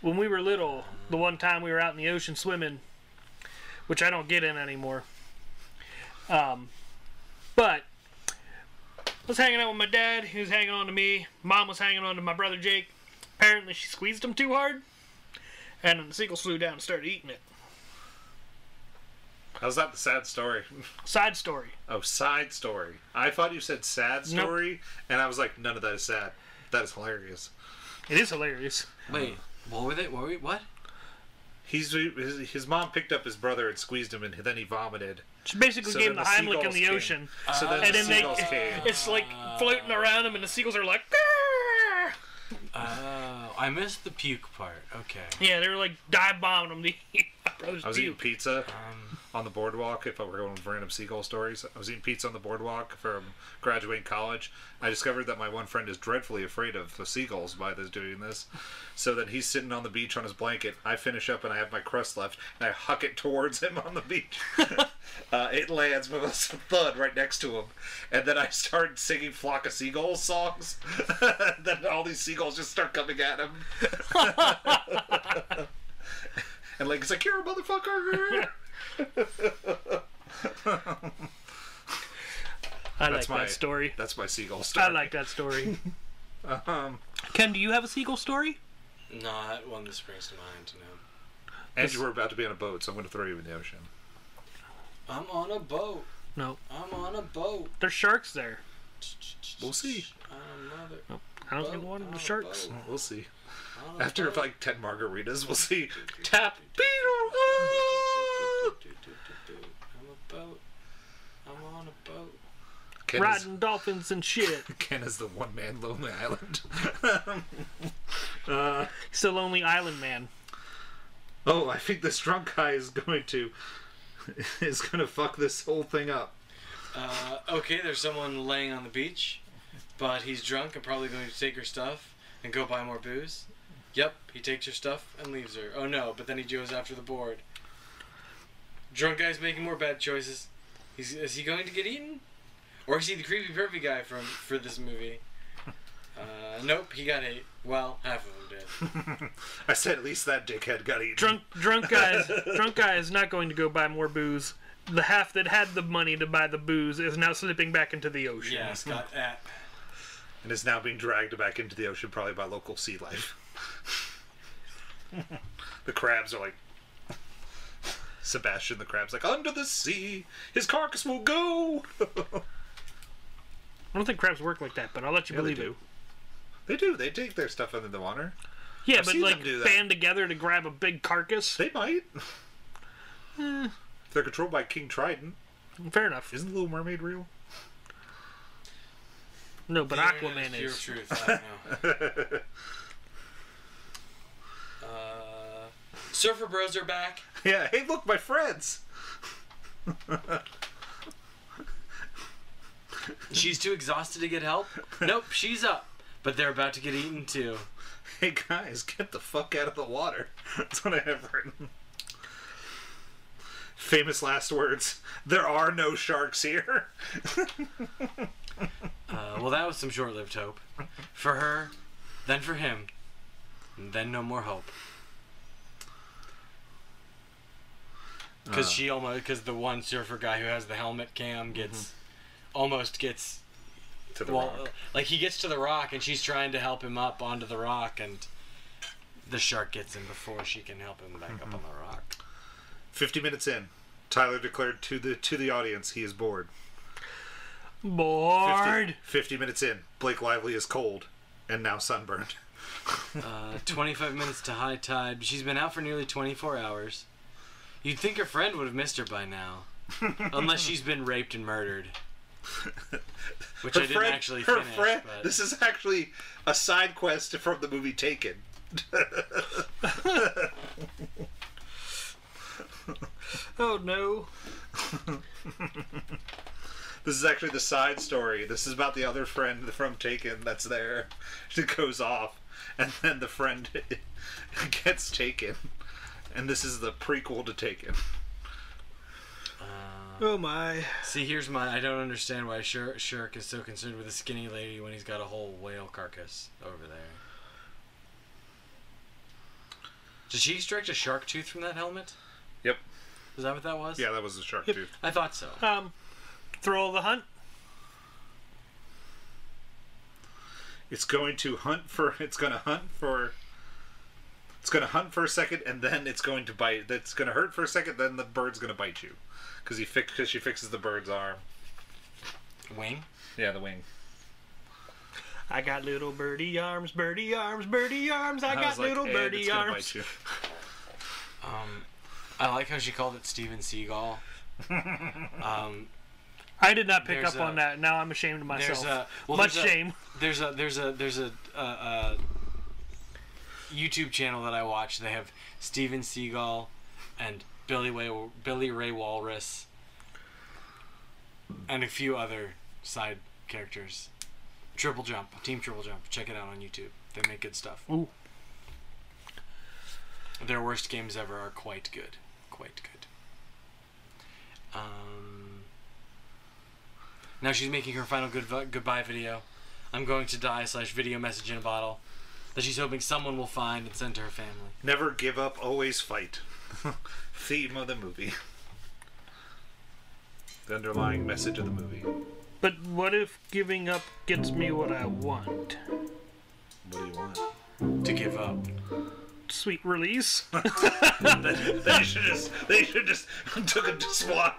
B: When we were little, the one time we were out in the ocean swimming, which I don't get in anymore. Um, but I was hanging out with my dad. He was hanging on to me. Mom was hanging on to my brother Jake. Apparently, she squeezed him too hard, and the seagull flew down and started eating it.
D: How's that the sad story?
B: Side story.
D: Oh, side story. I thought you said sad
B: Nope.
D: story, and I was like, none of that is sad. That is hilarious.
B: It is hilarious.
C: Wait, what were they? What? Were we, what?
D: He's his, his mom picked up his brother and squeezed him, and then he vomited.
B: She basically
D: So
B: gave
D: then
B: him the
D: the
B: Heimlich in
D: seagulls
B: the
D: came.
B: ocean.
D: So then
B: Uh, and
D: the
B: then they,
D: seagulls came.
B: it's like floating around him, and the seagulls are like, "Grrr!"
C: Oh, I missed the puke part. Okay.
B: yeah, they were like dive bombing him. To eat my brother's
D: I was eating
B: puke.
D: pizza
B: um,
D: on the boardwalk. If I were going with random seagull stories, I was eating pizza on the boardwalk from graduating college. I discovered that my one friend is dreadfully afraid of the seagulls by this doing this. So then he's sitting on the beach on his blanket. I finish up and I have my crust left, and I huck it towards him on the beach. uh, it lands with a thud right next to him, and then I start singing "Flock of Seagulls" songs. then all these seagulls just start coming at him. And like it's like you're a motherfucker.
B: I like
D: That's my
B: that story.
D: That's my seagull story.
B: I like that story.
D: Um,
B: Ken, do you have a seagull story?
C: Not one that springs to mind. No.
D: and you were about to be on a boat, so I'm going to throw you in the ocean.
C: I'm on a boat.
B: No,
C: I'm on a boat.
B: there's sharks there.
D: We'll see.
C: I'm another.
B: I don't think one of the sharks.
D: We'll see.
C: on a
D: After
C: boat.
D: like ten margaritas, we'll see.
B: Tap.
D: Beetle.
C: I'm a boat. I'm on a boat.
D: Ken is,
B: Riding dolphins and shit.
D: Ken is the one man lonely island.
B: He's a lonely island man.
D: Uh, oh, I think this drunk guy is going to is going to fuck this whole thing up.
C: Uh, okay, there's someone laying on the beach, but he's drunk and probably going to take her stuff and go buy more booze. Yep, he takes her stuff and leaves her. Oh no, but then he goes after the board. Drunk guy's making more bad choices. He's, is he going to get eaten? Or is he the creepy pervy guy from for this movie? Uh, nope, he got ate. Well, half of him did.
D: I said at least that dickhead got eaten.
B: Drunk, drunk guys. drunk guy is not going to go buy more booze. The half that had the money to buy the booze is now slipping back into the ocean.
C: Yeah, Scott. Uh,
D: and is now being dragged back into the ocean, probably by local sea life. the crabs are like. Sebastian the crab's like, under the sea, his carcass will go!
B: I don't think crabs work like that, but I'll let you
D: Yeah,
B: believe
D: they
B: it.
D: do. They do, they take their stuff under the water.
B: Yeah,
D: I've
B: but
D: seen them
B: like
D: do that.
B: band together to grab a big carcass.
D: They might. They're controlled by King Triton.
B: Fair enough.
D: Isn't Little Mermaid real?
E: No, but
C: The internet
E: Aquaman
C: pure
E: is.
C: truth. I don't know. uh, Surfer Bros are back.
D: Yeah. Hey, look, my friends.
C: She's too exhausted to get help. Nope, she's up. But they're about to get eaten too.
D: Hey guys, get the fuck out of the water. That's what I have written. Famous last words. There are no sharks here.
C: Uh, well, that was some short lived hope. For her, then for him, and then no more hope.
E: Uh.
C: Because she almost, because the one surfer guy who has the helmet cam gets,
E: Mm-hmm.
C: almost gets,
D: To the
C: well,
D: rock.
C: like he gets to the rock and she's trying to help him up onto the rock and the shark gets him before she can help him back up on
D: Mm-hmm.
C: the rock.
D: Fifty minutes in, Tyler declared to the to the audience he is bored.
B: Bored.
D: 50 minutes in, Blake Lively is cold and now sunburned.
C: Uh, 25 minutes to high tide. but She's been out for nearly 24 hours. You'd think her friend would have missed her by now, unless she's been raped and murdered. Which I didn't actually
D: her
C: finish.
D: friend.
C: but
D: This is actually a side quest from the movie Taken.
B: Oh no.
D: This is actually the side story. This is about the other friend from Taken that's there. It goes off, and then the friend gets taken. And this is the prequel to Taken.
B: Oh my.
C: See, here's my. I don't understand why Shur- Shirk is so concerned with a skinny lady when he's got a whole whale carcass over there. Did she extract a shark tooth from that helmet?
D: Yep.
C: Is that what that was?
D: Yeah, that was the shark tooth.
C: I thought so.
B: Um, Thrill of the Hunt.
D: It's going to hunt for. It's going to hunt for. It's going to hunt for a second, and then it's going to bite. That's going to hurt for a second. Then the bird's going to bite you, because he fix because she fixes the bird's arm.
C: Wing?
D: Yeah, the wing.
B: I got little birdie arms, birdie arms, birdie arms. I,
D: I
B: got
D: was like,
B: little
D: "Ed,
B: birdie
D: it's gonna
B: arms.
D: bite you.
C: Um, I like how she called it Steven Seagal. um,
B: I did not pick
C: There's
B: up on
C: a-
B: that. Now I'm ashamed of myself.
C: there's a well,
B: Much
C: there's a-
B: shame.
C: there's a there's a there's a uh, uh, YouTube channel that I watch. They have Steven Seagal and Billy Way Billy Ray Walrus and a few other side characters. Triple Jump, Team Triple Jump. Check it out on YouTube. They make good stuff.
B: Ooh.
C: Their worst games ever are quite good. Quite good. Um, now she's making her final good goodbye video. I'm going to die slash video message in a bottle that she's hoping someone will find and send to her family.
D: Never give up, always fight. Theme of the movie. The underlying message of the movie.
B: But what if giving up gets me what I want?
D: What do you want?
C: To give up.
B: Sweet release.
D: They should just they should just took a swan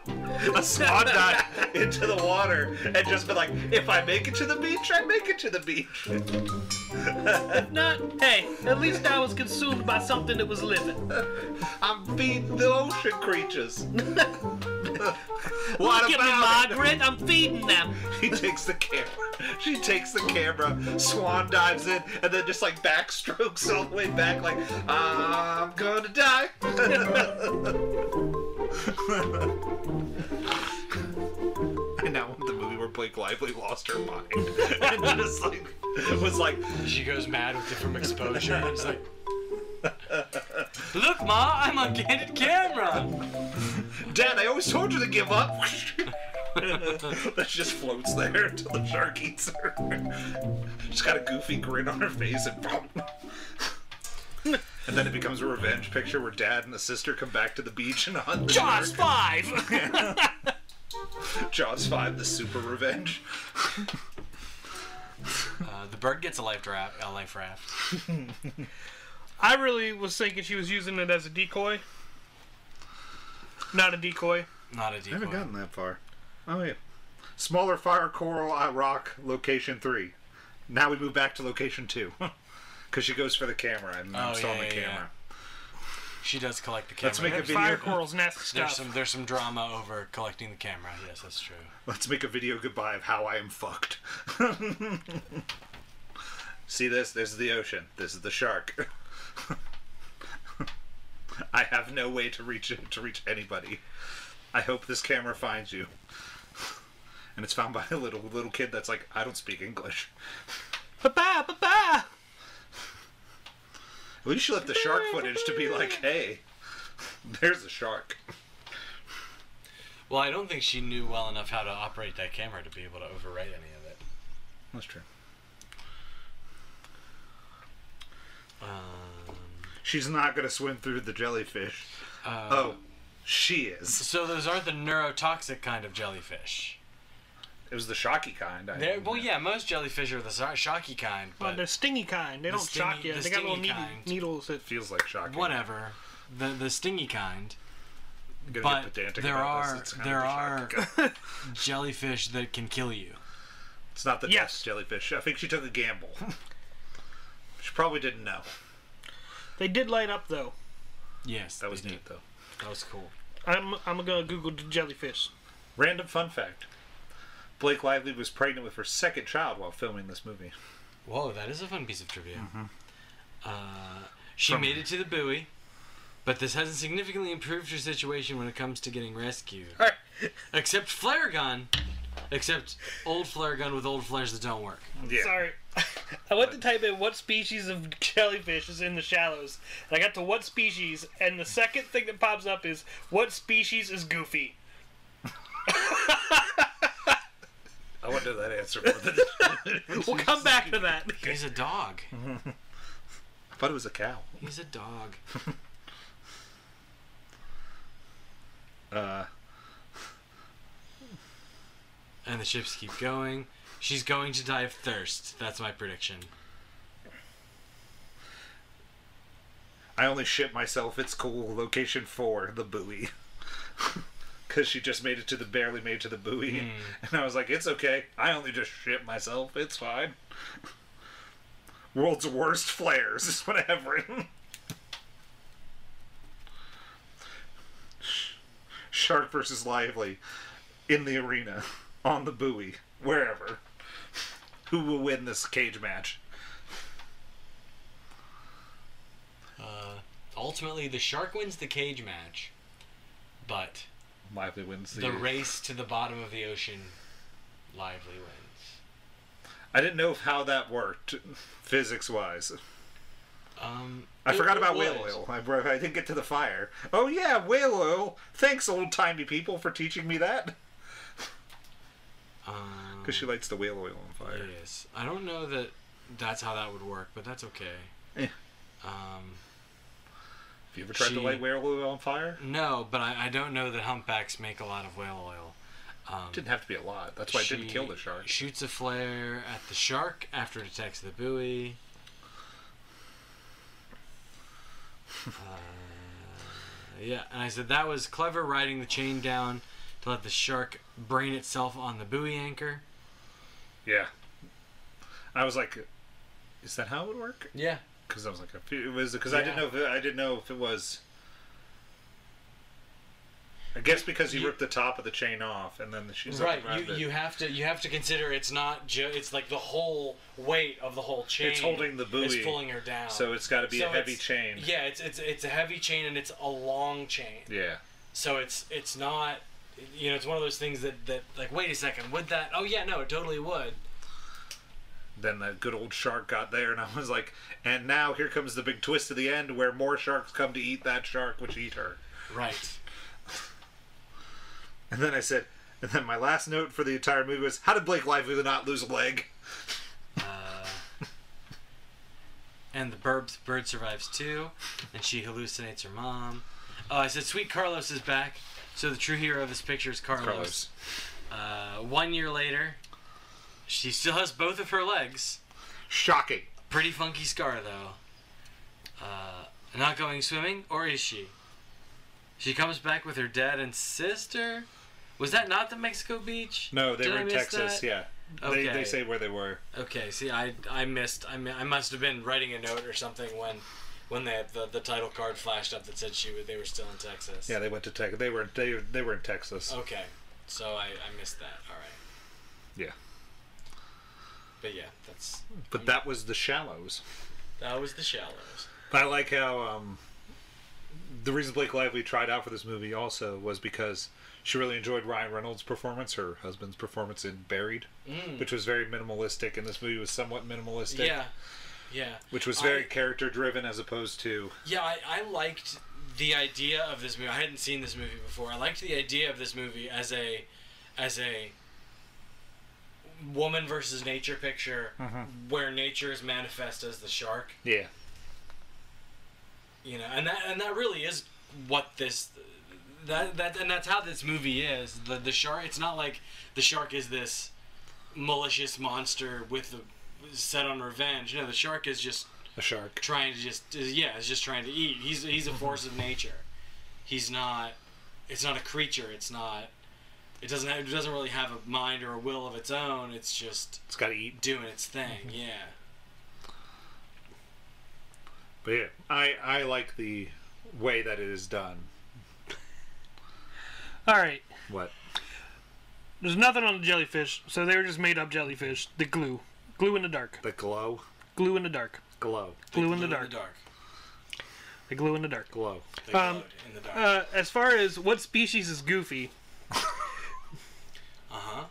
D: a swan dive into the water and just be like, if I make it to the beach, I make it to the beach.
B: not. Hey, at least I was consumed by something that was living.
D: I'm feeding the ocean creatures. what
B: Look at me,
D: about it?
B: Margaret. I'm feeding them.
D: He takes the camera. She takes the camera, swan dives in, and then just like backstrokes all the way back, like, I'm gonna die. I now want the movie where Blake Lively lost her mind and just like was like,
C: She goes mad with it from exposure. and it's like, look, Ma, I'm on candid camera.
D: Dad, I always told you to give up. that just floats there until the shark eats her. She's got a goofy grin on her face and boom. and then it becomes a revenge picture where dad and the sister come back to the beach and hunt. the
B: Jaws
D: shark.
B: five.
D: Jaws 5, the super revenge.
C: Uh, the bird gets a life raft. A life raft.
B: I really was thinking she was using it as a decoy. Not a decoy.
C: Not a decoy.
D: that far. Oh, yeah. Smaller fire coral I rock, location 3. Now we move back to location 2. Because she goes for the camera and I'm
C: Oh,
D: still on
C: yeah,
D: the
C: yeah, yeah.
D: camera.
C: She does collect the camera.
D: Let's make a
C: there's,
D: video.
B: Fire corals nest stuff.
C: there's some there's some drama over collecting the camera. Yes, that's true.
D: Let's make a video goodbye of how I am fucked. See this? This is the ocean. This is the shark. I have no way to reach it, to reach anybody. I hope this camera finds you. And it's found by a little little kid that's like, I don't speak English.
B: Ba-ba, ba-ba.
D: At least you left the shark footage to be like, hey, there's a shark.
C: Well, I don't think she knew well enough how to operate that camera to be able to overwrite any of it.
D: That's true.
C: Um,
D: She's not gonna swim through the jellyfish.
C: uh,
D: Oh, she is.
C: So those are the neurotoxic kind of jellyfish.
D: It was the shocky kind. I
C: They're, well, yeah, most jellyfish are the so- shocky kind,
B: Well,
C: but
B: the stingy kind. They don't shock
C: stingy-
B: you.
C: the
B: they got little
C: stingy
B: needle,
C: kind.
B: needles that.
D: feels like shocking.
C: whatever. The the stingy kind.
D: I'm gonna
C: But
D: get pedantic
C: there
D: about this.
C: are
D: It's kind
C: there
D: of a
C: are
D: shock.
C: jellyfish that can kill you.
D: It's not the
B: Yes.
D: yes. jellyfish. I think she took a gamble. she probably didn't know.
B: They did light up though.
C: Yes,
D: That was
C: they do.
D: neat though.
C: That was cool.
B: I'm I'm gonna Google the jellyfish.
D: Random fun fact: Blake Lively was pregnant with her second child while filming this movie.
C: Whoa, that is a fun piece of trivia.
D: Mm-hmm.
C: Uh, she made it to the buoy, but this hasn't significantly improved her situation when it comes to getting rescued. Except flare gun. Except old flare gun with old flares that don't work.
D: Yeah.
B: Sorry. I went to type in what species of jellyfish is in the shallows, and I got to what species, and the second thing that pops up is what species is Goofy.
D: I wonder that answer. more than-
B: We'll come back to that.
C: He's a dog.
D: Mm-hmm. I thought it was a cow.
C: He's a dog.
D: Uh,
C: And the ships keep going. She's going to die of thirst. That's my prediction.
D: I only shit myself. It's cool. Location four, the buoy. Because she just made it to the barely made it to the buoy, and I was like, "It's okay. I only just shit myself. It's fine." World's worst flares is what I have written. Shark versus Lively in the arena, on the buoy, wherever. Who will win this cage match?
C: Uh, Ultimately, the shark wins the cage match, but
D: Lively wins the.
C: the race to the bottom of the ocean, Lively wins.
D: I didn't know how that worked, physics wise.
C: Um,
D: I
C: it-
D: forgot
C: it
D: about
C: was.
D: whale oil. I, bro- I didn't get to the fire. Oh yeah, whale oil. Thanks, old timey people, for teaching me that.
C: Um,
D: Because she lights the whale oil on fire.
C: yes, I don't know that that's how that would work, but that's okay.
D: Eh.
C: Um,
D: Have you ever tried
C: She-
D: to light whale oil on fire?
C: no, but I, I don't know that humpbacks make a lot of whale oil. Um,
D: Didn't have to be a lot. That's why it didn't
C: she
D: kill the shark.
C: Shoots a flare at the shark after it attacks the buoy. Uh, yeah, and I said that was clever riding the chain down to let the shark brain itself on the buoy anchor.
D: Yeah. I was like, is that how it would work?
C: Yeah.
D: Because I was like, if it was because I didn't
C: Yeah.
D: know if it, I didn't know if it was. I guess because he
C: you-
D: ripped the top of the chain off, and then she's
C: Right,
D: Up around
C: you,
D: it.
C: you have to you have to consider it's not ju- it's like the whole weight of the whole chain.
D: It's holding the
C: is
D: buoy,
C: pulling her down.
D: so it's got to be
C: Oh. So
D: a heavy
C: it's-
D: chain.
C: Yeah, it's it's it's a heavy chain and it's a long chain.
D: Yeah.
C: So it's it's not you know, it's one of those things that, that like wait a second, would that oh yeah, no, it totally would.
D: Then that good old shark got there, and I was like, and now here comes the big twist at the end where more sharks come to eat that shark, which eat her.
C: Right.
D: And then I said, and then my last note for the entire movie was, how did Blake Lively not lose a leg?
C: And the bird bird survives too, and she hallucinates her mom. Oh, I said sweet Carlos is back. So the true hero of this picture is Carlos.
D: Carlos.
C: Uh, one year later, she still has both of her legs.
D: Shocking.
C: Pretty funky scar, though. Uh, not going swimming, or is she? She comes back with her dad and sister. Was that not the Mexico beach?
D: No, they
C: Did
D: were
C: I
D: in
C: miss
D: Texas,
C: that?
D: yeah. They,
C: Okay.
D: they say where they were.
C: Okay. See, I I missed. I mi- I must have been writing a note or something when when the, the the title card flashed up that said she was, they were still in Texas.
D: Yeah, they went to Texas. They were they, they were in Texas.
C: Okay, so I, I missed that. All right,
D: Yeah,
C: but yeah, that's
D: but that was the Shallows.
C: that was the shallows.
D: I like how um, the reason Blake Lively tried out for this movie also was because she really enjoyed Ryan Reynolds' performance, her husband's performance in Buried, which was very minimalistic, and this movie was somewhat minimalistic,
C: Mm. Yeah, yeah.
D: which was
C: I-
D: very character driven as opposed to
C: Yeah, I, I liked the idea of this movie. I hadn't seen this movie before. I liked the idea of this movie as a as a woman versus nature picture where nature is manifest as the shark.
D: yeah,
C: You know, and that and that really is what this that that and that's how this movie is. The the shark it's not like the shark is this malicious monster with the set on revenge. No, the shark is just
D: a shark.
C: trying to just is- yeah, is just trying to eat. He's he's a force of nature. He's not. It's not a creature. It's not. It doesn't have, it doesn't really have a mind or a will of its own. It's just
D: It's got to eat.
C: doing its thing. Yeah.
D: But yeah, I I like the way that it is done.
B: All right.
D: What?
B: There's nothing on the jellyfish, so they were just made up jellyfish. The glue, glue in the dark,
D: The glow,
B: glue in the dark,
D: glow,
B: glue in the
C: Glow
B: dark, the glue in the dark.
D: glow.
C: They glow
B: Um,
C: in the dark. Uh
B: Uh, as far as what species is Goofy,
C: huh.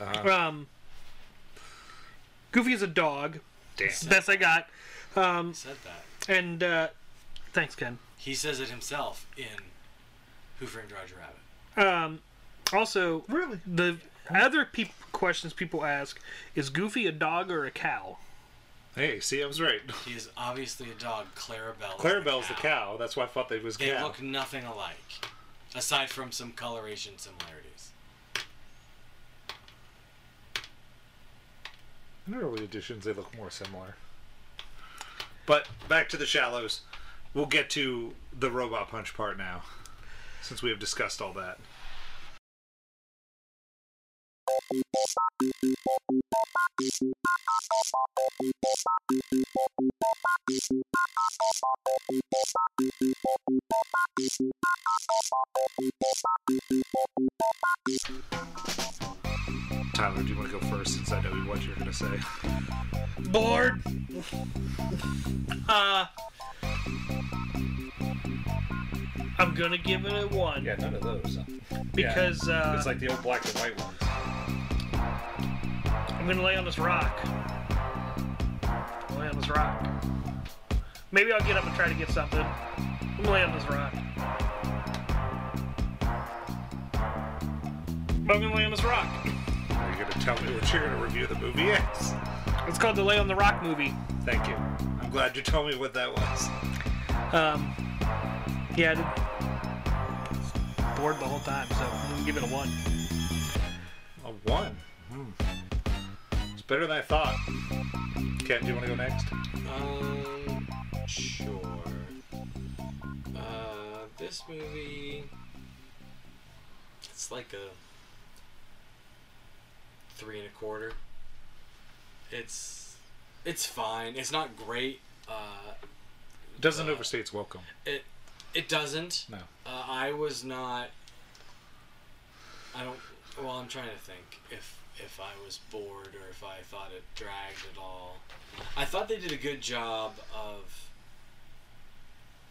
B: um, Goofy is a dog.
D: Damn.
B: It's the best I got.
C: Said that.
B: And uh, thanks, Ken.
C: He says it himself in Who Framed Roger Rabbit.
B: Um, also,
D: Really?
B: the other peop questions people ask is Goofy a dog or a cow?
D: Hey, see, I was right.
C: He is obviously a dog. Clarabelle. is
D: Clarabelle's the cow. That's why I thought they was
C: They
D: cow.
C: look nothing alike, aside from some coloration similarities.
D: In early editions, they look more similar. But back to the shallows. We'll get to the robot punch part now, since we have discussed all that. Tyler, do you want to go first since I know what you're going to say?
B: bored. Uh, I'm gonna give it a one
D: Yeah, none of those.
B: because uh,
D: it's like the old black and white ones.
B: I'm gonna lay on this rock. I'll lay on this rock. Maybe I'll get up and try to get something. I'm gonna lay on this rock. I'm gonna lay on this rock.
D: Are you going to tell me what you're going to review the movie? Yes.
B: It's called the Lay on the Rock movie.
D: Thank you. I'm glad you told me what that was.
B: Um, yeah, I did. bored the whole time, so I'm gonna give it a one.
D: A one. Hmm. It's better than I thought. Ken, do you want to go next?
C: Um, sure. Uh, this movie. It's like a three and a quarter. It's it's fine. It's not great. Uh,
D: Doesn't overstay its welcome.
C: it it doesn't.
D: No.
C: Uh, I was not. I don't. Well, I'm trying to think if if I was bored or if I thought it dragged at all. I thought they did a good job of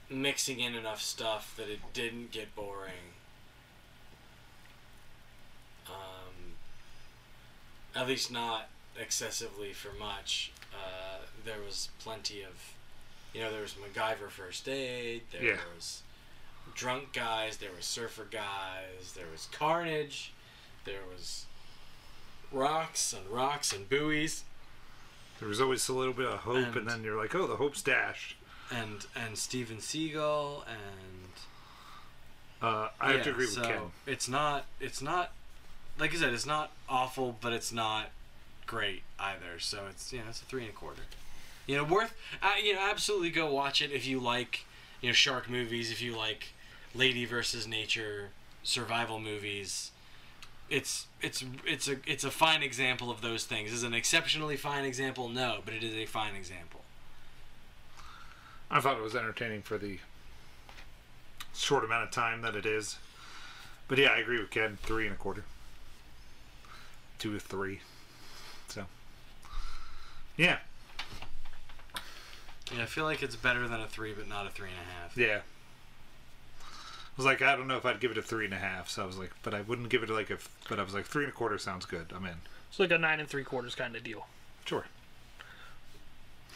C: mixing in enough stuff that it didn't get boring. Um, at least not excessively for much. Uh, there was plenty of, you know, there was MacGyver first aid. There
D: Yeah.
C: was drunk guys. There was surfer guys. There was carnage. There was rocks and rocks and buoys
D: There was always a little bit of hope, and,
C: And-
D: then you're like, oh, the hope's dashed.
C: and and Steven Seagal and
D: Uh, I have to
C: Yeah,
D: agree with
C: so
D: Ken.
C: It's not. It's not. Like I said, it's not awful, but it's not great either. So it's you know it's a three and a quarter. You know worth. Uh, you know absolutely go watch it if you like you know shark movies. If you like lady versus nature survival movies. It's it's it's a it's a fine example of those things. Is it an exceptionally fine example? No, but it is a fine example.
D: I thought it was entertaining for the short amount of time that it is. But yeah, I agree with Ken. Three and a quarter. Two to three. So. Yeah.
C: Yeah, I feel like it's better than a three, but not a three and a half.
D: Yeah. I was like, I don't know if I'd give it a three and a half. So I was like, but I wouldn't give it like a. But I was like, three and a quarter sounds good. I'm in.
B: It's like a nine and three quarters kind of deal.
D: Sure.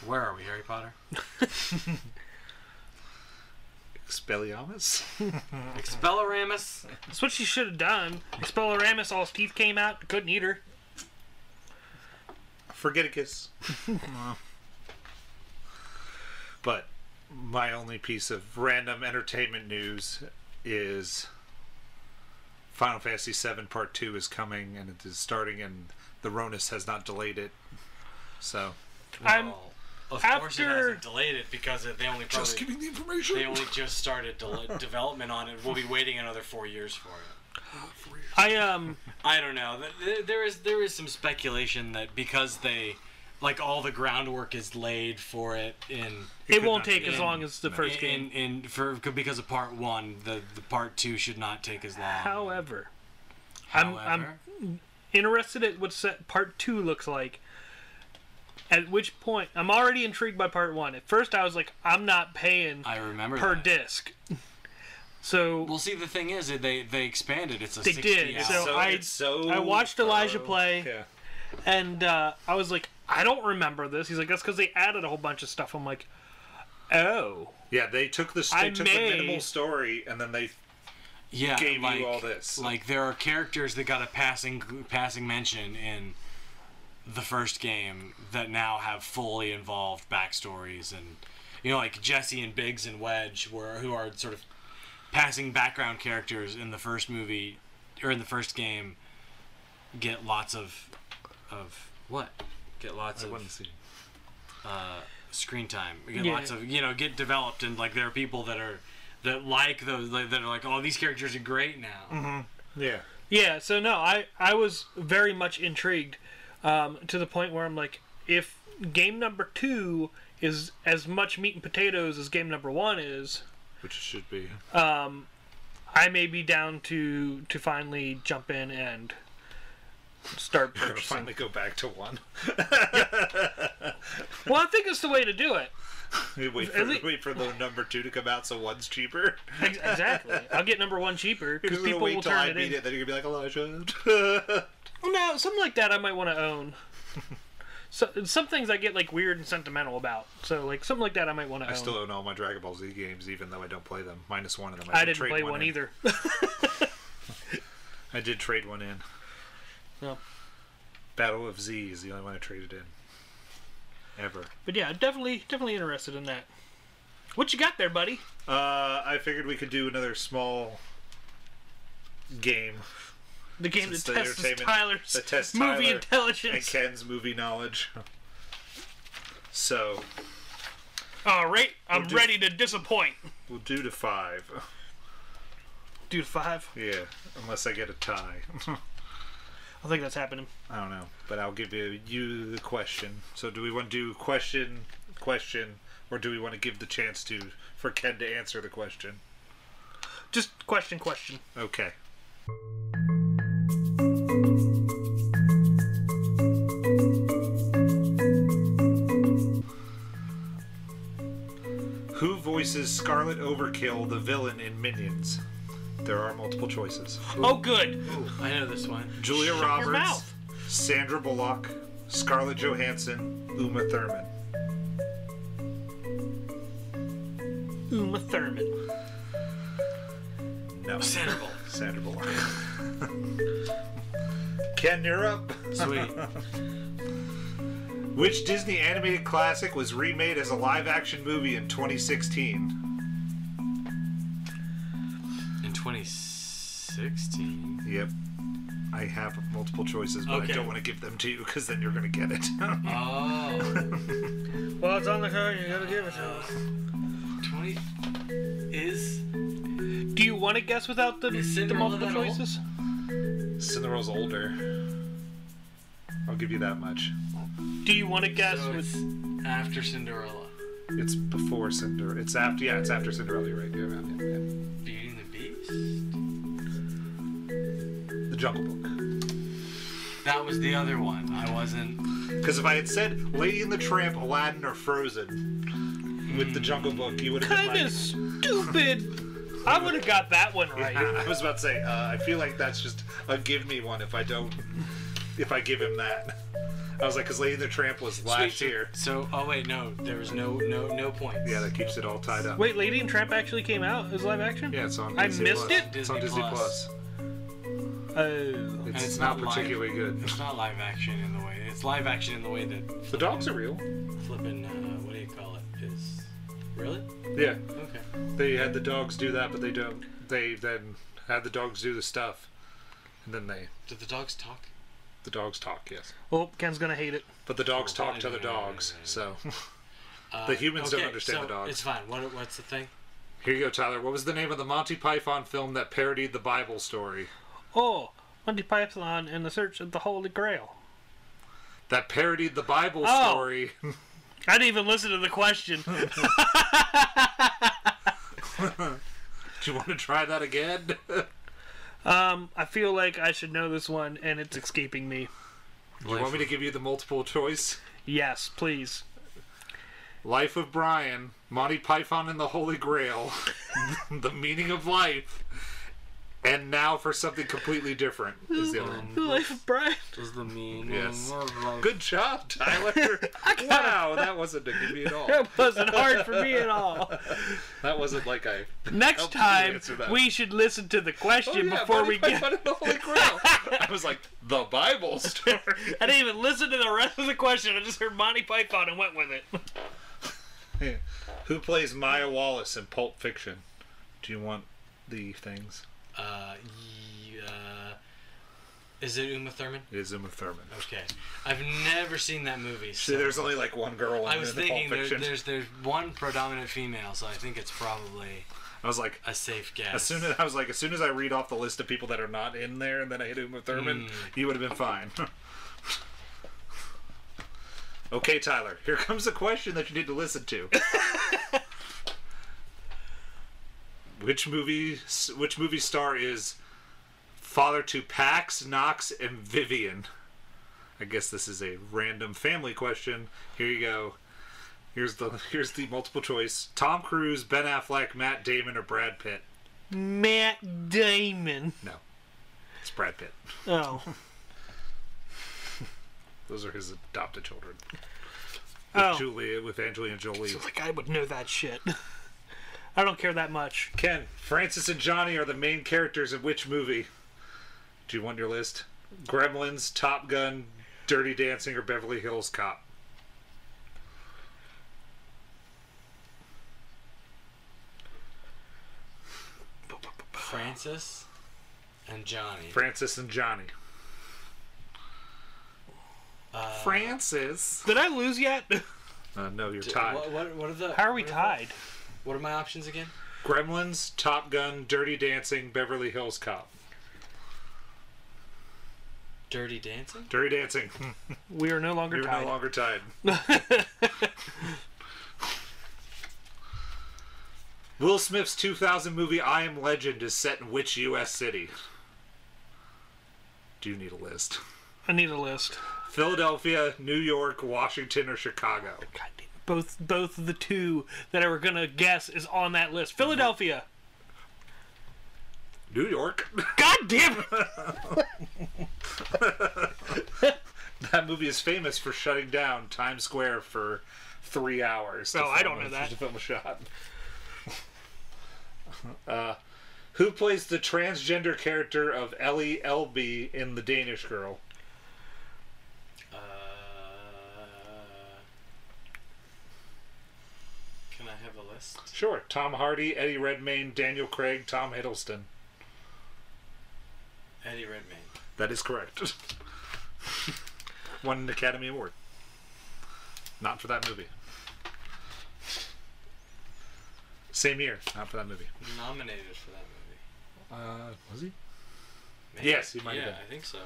C: Where are we, Harry Potter?
D: Expelliarmus.
C: Expelloramus.
B: That's what she should have done. Expelloramus, all his teeth came out, couldn't eat her.
D: Forgeticus. but my only piece of random entertainment news is Final Fantasy VII Part Two is coming, and it is starting, and the Ronus has not delayed it. So
B: I'm
C: Well, of course, it
B: after-
C: hasn't delayed it because it, they only probably,
D: the information.
C: they only just started del- development on it. We'll be waiting another four years for it.
B: I um
C: I don't know. Th- th- There is there is some speculation that because they, like all the groundwork is laid for it in
B: it
D: could
B: won't
D: not
B: take
D: be.
B: as long as the first game.
C: in, in for because of part one, the, the part two should not take as long.
B: However, I'm I'm
C: However,
B: interested at what set part two looks like. At which point I'm already intrigued by part one. At first I was like, I'm not paying
C: I remember
B: per
C: that.
B: disc. So
C: Well, see, the thing is, that they they expanded. It's a
B: They
C: 60
B: did,
C: hour-
B: so- I-
D: it's so
B: I watched Elijah play.
D: Yeah.
B: and uh, I was like, I don't remember this. He's like, that's because they added a whole bunch of stuff. I'm like, oh,
D: Yeah, they took the
B: I
D: they took
B: may-
D: the minimal story and then they
C: yeah,
D: gave
C: like,
D: you all this.
C: Like there are characters that got a passing passing mention in the first game that now have fully involved backstories, and you know, like Jesse and Biggs and Wedge were who are sort of passing background characters in the first movie or in the first game get lots of of what get lots
D: I
C: of
D: wouldn't see.
C: screen time. We get
B: Yeah.
C: lots of you know get developed and like there are people that are that like those like, that are like oh these characters are great now.
D: Yeah.
B: Yeah, so no, I I was very much intrigued um, to the point where I'm like, if game number two is as much meat and potatoes as game number one is,
D: Which it should be.
B: I may be down to to finally jump in and start
D: We're gonna
B: purchasing.
D: finally go back to one.
B: well, I think it's the way to do it.
D: We wait for,
B: least-
D: wait for the number two to come out so one's cheaper.
B: Ex- Exactly. I'll get number one cheaper because
D: You're gonna
B: people
D: wait
B: will
D: till
B: turn
D: I
B: it
D: beat
B: in.
D: it, then you're gonna be like Elijah.
B: Well, no, something like that I might want to own. So some things I get like weird and sentimental about. So like something like that I might want to
D: I
B: own.
D: still own all my Dragon Ball Z games, even though I don't play them. Minus one of them.
B: I
D: did
B: didn't
D: trade
B: play one
D: in.
B: either.
D: I did trade one in.
B: No.
D: Battle of Z is the only one I traded in. Ever.
B: But yeah, definitely, definitely interested in that. What you got there, buddy?
D: Uh, I figured we could do another small game
B: The game
D: Since
B: that
D: the
B: tests
D: entertainment-
B: Tyler's
D: that tests
B: movie
D: Tyler and
B: intelligence.
D: Ken's movie knowledge. So
B: All right, I'm
D: We'll do-
B: ready to disappoint.
D: we'll do to five.
B: Dude, five.
D: Yeah, unless I get a tie.
B: I think that's happening.
D: I don't know, but I'll give you, you the question. So, do we want to do question, question, or do we want to give the chance to for Ken to answer the question?
B: Just question, question.
D: Okay. Who voices Scarlet Overkill, the villain in Minions? There are multiple choices.
B: Oh, good.
C: I know this one.
D: Julia Roberts,
B: Your mouth.
D: Sandra Bullock, Scarlett Johansson, Uma Thurman.
B: Uma Thurman.
D: No,
C: Centerville.
D: Sandra Bullock. Ken, you're up.
C: Sweet.
D: Which Disney animated classic was remade as a live action movie in 2016?
C: In 2016.
D: Yep. I have multiple choices, but
C: Okay.
D: I don't want to give them to you because then you're going to get it.
C: Oh.
B: Well, it's on the card. You gotta give it to us.
C: 20 is
B: Do you want to guess without the,
C: Is
B: the
C: Cinderella
B: multiple
C: that old?
B: choices?
D: Cinderella's older. I'll give you that much.
B: Do you want to guess
C: so
B: with?
C: it's after Cinderella.
D: It's before Cinder. It's after. Yeah, it's after Cinderella. You're right. Yeah, yeah, yeah, yeah.
C: Beauty and the Beast.
D: The Jungle Book.
C: That was the other one. I wasn't.
D: Because if I had said Lady and the Tramp, Aladdin, or Frozen with the Jungle Book, you would have been
B: Kind
D: like.
B: of stupid. I would have got that one right.
D: I was about to say. Uh, I feel like that's just a give me one. If I don't, if I give him that, I was like, because Lady and the Tramp was last year.
C: So, oh wait, no, there was no, no, no points.
D: Yeah, that keeps it all tied up.
B: Wait, Lady and Tramp actually came out as live action?
D: Yeah, it's on.
B: I
D: Disney
B: missed
D: Plus.
B: it?
D: It's on
C: Disney
D: Disney
C: Plus.
D: Plus.
B: Oh.
D: It's,
C: And it's
D: not,
C: not live.
D: particularly good.
C: It's not live action in the way. It's live action in the way that
D: The dogs are real.
C: flipping. Uh, what do you call it? Is really
D: Yeah,
C: okay.
D: they had the dogs do that, but they don't. They then had the dogs do the stuff, and then they
C: Did the dogs talk?
D: the dogs talk. Yes,
B: Well, Oh, Ken's gonna hate it.
D: but the dogs
C: Oh,
D: talk to the
C: yeah, yeah, yeah,
D: dogs.
C: yeah, yeah.
D: So
C: Uh,
D: The humans don't
C: okay,
D: understand
C: so
D: the dogs.
C: It's fine. What, what's the thing?
D: here you go, Tyler. What was the name of the Monty Python film that parodied the Bible story?
B: Oh, Monty Python and the Search of the Holy Grail.
D: That parodied the Bible
B: Oh.
D: story.
B: I didn't even listen to the question.
D: Do you want to try that again?
B: um, I feel like I should know this one, and it's escaping me.
D: Do you want me to give you the multiple choice?
B: Yes, please.
D: Life of Brian, Monty Python and the Holy Grail, The Meaning of Life, and now for something completely different is the other one.
B: The Life of Brian.
C: Does the mean?
D: Yes.
C: of life-
D: Good job, Tyler. wow, that wasn't a good at all.
B: That wasn't hard for me at all.
D: That wasn't like I.
B: Next
D: Help me
B: time,
D: answer that.
B: we should listen to the
D: Oh,
B: question
D: yeah,
B: before
D: Monty
B: we get.
D: Python and the Holy Grail. I was like the Bible story.
B: I didn't even listen to the rest of the question. I just heard Monty Python and went with it.
D: Who plays Maya Wallace in Pulp Fiction? Do you want the things?
C: Uh, ye- uh, is it Uma Thurman?
D: It is Uma Thurman.
C: Okay, I've never seen that movie.
D: See,
C: So
D: there's only like one girl in,
C: I was
D: the Pulp
C: thinking there,
D: Fiction.
C: there's there's one predominant female, so I think it's probably
D: I was like,
C: a safe guess.
D: As soon as I was like, as soon as I read off the list of people that are not in there, and then I hit him with Thurman, you would have been fine. okay, Tyler. Here comes a question that you need to listen to. which movie? Which movie star is father to Pax, Knox, and Vivian? I guess this is a random family question. Here you go. Here's the here's the multiple choice: Tom Cruise, Ben Affleck, Matt Damon, or Brad Pitt.
B: Matt Damon.
D: No. It's Brad Pitt.
B: Oh.
D: Those are his adopted children. With
B: Oh.
D: Julia with Angelina Jolie.
B: Like, I would know that shit. I don't care that much.
D: Ken, Francis and Johnny are the main characters of which movie? Do you want your list? Gremlins, Top Gun, Dirty Dancing, or Beverly Hills Cop?
C: Francis and Johnny.
D: Francis and Johnny.
B: Uh,
D: Francis.
B: Did I lose yet?
D: Uh, no, you're
C: D-
D: tied.
C: What, what, what are the?
B: How are we
C: what
B: tied?
C: What are my options again?
D: Gremlins, Top Gun, Dirty Dancing, Beverly Hills Cop.
C: Dirty Dancing.
D: Dirty Dancing.
B: We are no longer
D: You're
B: tied.
D: no longer tied. Will Smith's 2000 movie I Am Legend is set in which U.S. city? Do you need a list?
B: I need a list.
D: Philadelphia, New York, Washington, or Chicago?
B: God damn it. Both both of the two that I were gonna guess is on that list. Philadelphia.
D: New York.
B: God damn it!
D: that movie is famous for shutting down Times Square for three hours.
B: Oh, I don't know that.
D: To film a shot. Uh, who plays the transgender character of Ellie Elby in The Danish Girl?
C: Uh, can I have a list?
D: Sure. Tom Hardy, Eddie Redmayne, Daniel Craig, Tom Hiddleston.
C: Eddie Redmayne.
D: That is correct. Won an Academy Award. Not for that movie. Same year. Not for that movie.
C: Nominated for that movie.
D: Uh, was he?
C: Maybe.
D: Yes, he might
C: yeah,
D: have been.
C: I think so.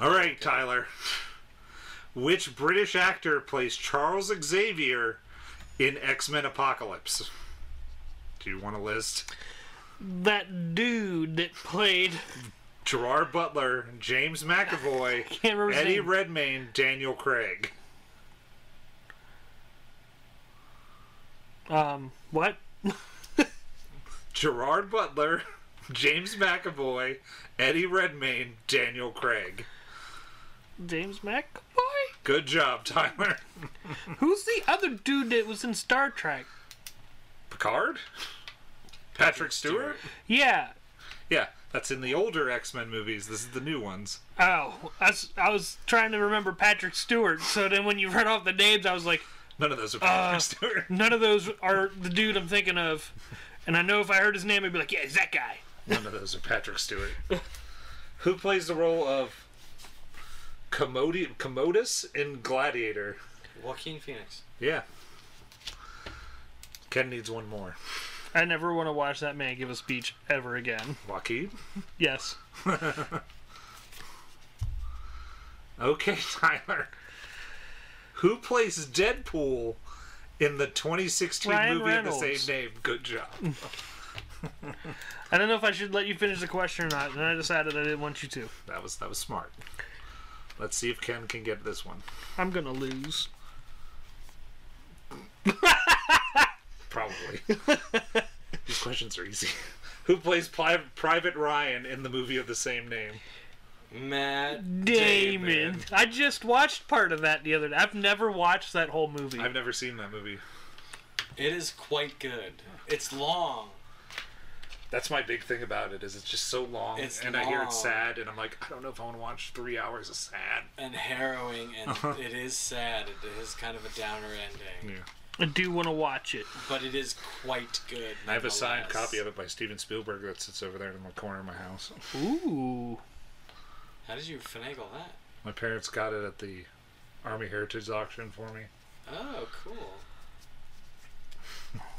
D: All right, Tyler. Which British actor plays Charles Xavier in X Men Apocalypse? Do you want a list?
B: That dude that played
D: Gerard Butler, James McAvoy,
B: can't remember his
D: Eddie
B: name.
D: Redmayne, Daniel Craig.
B: um what?
D: Gerard Butler, James McAvoy, Eddie Redmayne, Daniel Craig.
B: James McAvoy?
D: Good job, Tyler.
B: Who's the other dude that was in Star Trek?
D: Picard? Patrick Stewart?
B: Yeah.
D: Yeah, that's in the older X Men movies. This is the new ones.
B: Oh, I was, I was trying to remember Patrick Stewart. So then when you read off the names, I was like,
D: None of those are
B: Uh.
D: Patrick Stewart.
B: none of those are the dude I'm thinking of. And I know if I heard his name, I'd be like, yeah, it's that guy.
D: None of those are Patrick Stewart. Who plays the role of Commodi- Commodus in Gladiator?
C: Joaquin Phoenix.
D: Yeah. Ken needs one more.
B: I never want to watch that man give a speech ever again.
D: Joaquin?
B: Yes.
D: Okay, Tyler. Who plays Deadpool in the 2016
B: Ryan
D: movie of the
B: Reynolds.
D: same name? Good job.
B: I don't know if I should let you finish the question or not, and I decided I didn't want you to.
D: that was that was smart. Let's see if Ken can get this one.
B: I'm gonna lose.
D: Probably. These questions are easy. Who plays Pri- Private Ryan in the movie of the same name?
C: Matt
B: Damon.
C: Damon.
B: I just watched part of that the other day. I've never watched that whole movie.
D: I've never seen that movie.
C: It is quite good. It's long.
D: That's my big thing about it is it's just so long,
C: It's
D: and I hear
C: long.
D: it's sad, and I'm like, I don't know if I want to watch three hours of sad.
C: and harrowing and it is sad it is kind of a downer ending
B: I do want to watch it.
C: but it is quite good
D: I have a signed copy of it by Steven Spielberg that sits over there in the corner of my house.
B: Ooh.
C: how did you finagle that
D: My parents got it at the Army Heritage auction for me.
C: oh cool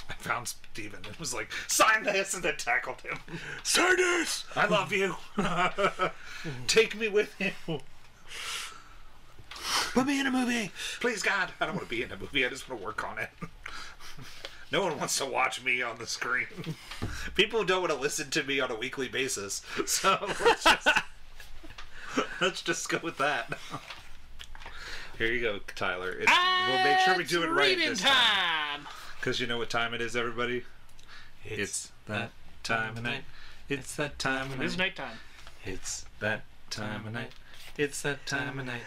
D: I found Steven and was like, sign this, and then tackled him. Sign this! I love you. Take me with you.
B: Put me in a movie.
D: Please, God. I don't want to be in a movie. I just want to work on it. No one wants to watch me on the screen. People don't want to listen to me on a weekly basis. So let's just, let's just go with that. Here you go, Tyler. It's, we'll make sure we do it right
B: Reading
D: this time.
B: time.
D: Because you know what time it is, everybody? It's, that time of night. It's that time of
B: It's
D: night.
B: nighttime.
D: It's that time of night. It's that time of night.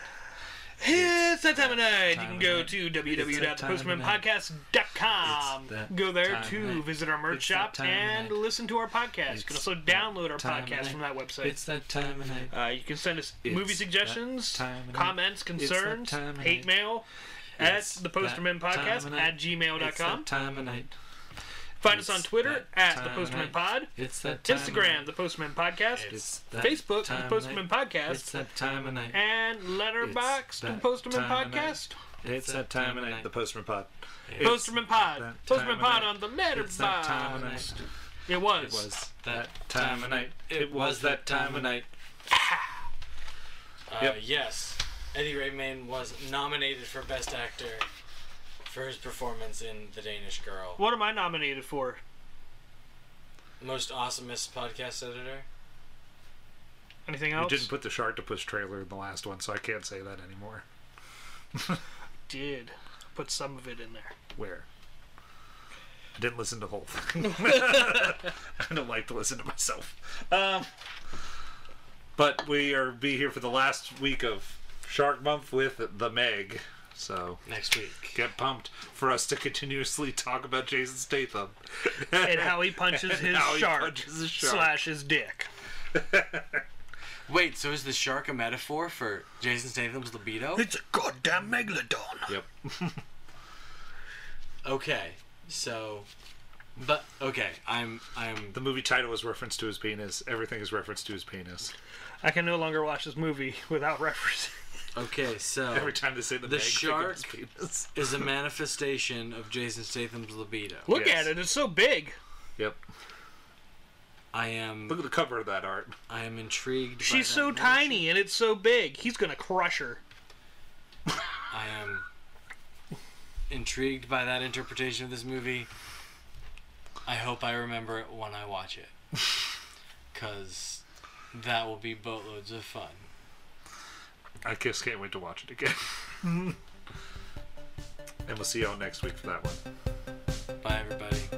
B: It's that time of night. You can
D: of
B: go
D: night.
B: to
D: that time of
B: www.postmanpodcast.com.
D: It's that
B: Go there
D: time of
B: to
D: night.
B: visit our merch
D: It's that
B: shop
D: time of
B: and
D: night.
B: listen to our podcast. You can
D: It's
B: also
D: that
B: download our
D: time of
B: podcast
D: night.
B: from that website.
D: that time of night.
B: Uh, you can send us
D: It's
B: movie
D: that
B: suggestions,
D: time of night.
B: comments,
D: It's that
B: concerns,
D: time of
B: hate
D: night.
B: mail at
D: It's
B: the
D: that
B: Posterman Podcast
D: time of night.
B: at gmail.com.
D: time of night.
B: Find us
D: it's
B: on Twitter
D: that
B: at
D: time
B: the
D: of
B: Postman
D: night.
B: Pod,
D: It's that
B: Instagram, the Postman Podcast,
D: It's
B: Facebook, the Postman Podcast,
D: that time of night.
B: and Letterboxd, the
D: that
B: Postman
D: time of night.
B: Podcast.
D: It's that time of night. The Postman Pod.
B: Postman Pod.
D: that time
B: Postman
D: of
B: Pod
D: night.
B: on the
D: It's that time of
B: letterbox.
D: night.
B: It was.
D: Was that time of night? It was that time of night.
C: uh,
D: Yep.
C: yes eddie redmayne was nominated for best actor for his performance in the danish girl
B: What am I nominated for?
C: most awesomest podcast editor
B: Anything
D: You
B: else?
D: didn't put the Shark to Push trailer in the last one, so I can't say that anymore.
B: Did. Put some of it in there.
D: Where? I didn't listen to the whole thing. I don't like to listen to myself. Um, but we are be here for the last week of Shark Month with the Meg. So
C: next week
D: get pumped for us to continuously talk about Jason Statham
B: And how he punches his
D: how he
B: shark,
D: punches his shark.
B: slash his dick.
C: wait so is the shark a metaphor for jason statham's libido
B: It's a goddamn megalodon.
D: Yep.
C: okay so but okay i'm i'm
D: The movie title is reference to his penis. Everything is reference to his penis.
B: I can no longer watch this movie without referencing.
C: okay so
D: Every time they say the,
C: The
D: Meg, they go, "It's
C: shark-
D: penis.
C: is a manifestation of Jason Statham's libido.
B: Look
D: Yes.
B: at it. It's so big.
D: Yep.
C: I
D: Look
C: am
D: at the cover of that art.
C: I am intrigued. by
B: She's
C: that
B: so
C: notion.
B: tiny and it's so big. He's gonna crush her.
C: I am intrigued by that interpretation of this movie. I hope I remember it when I watch it. Because that will be boatloads of fun.
D: I just can't wait to watch it again. and we'll see y'all next week for that one.
C: Bye, everybody.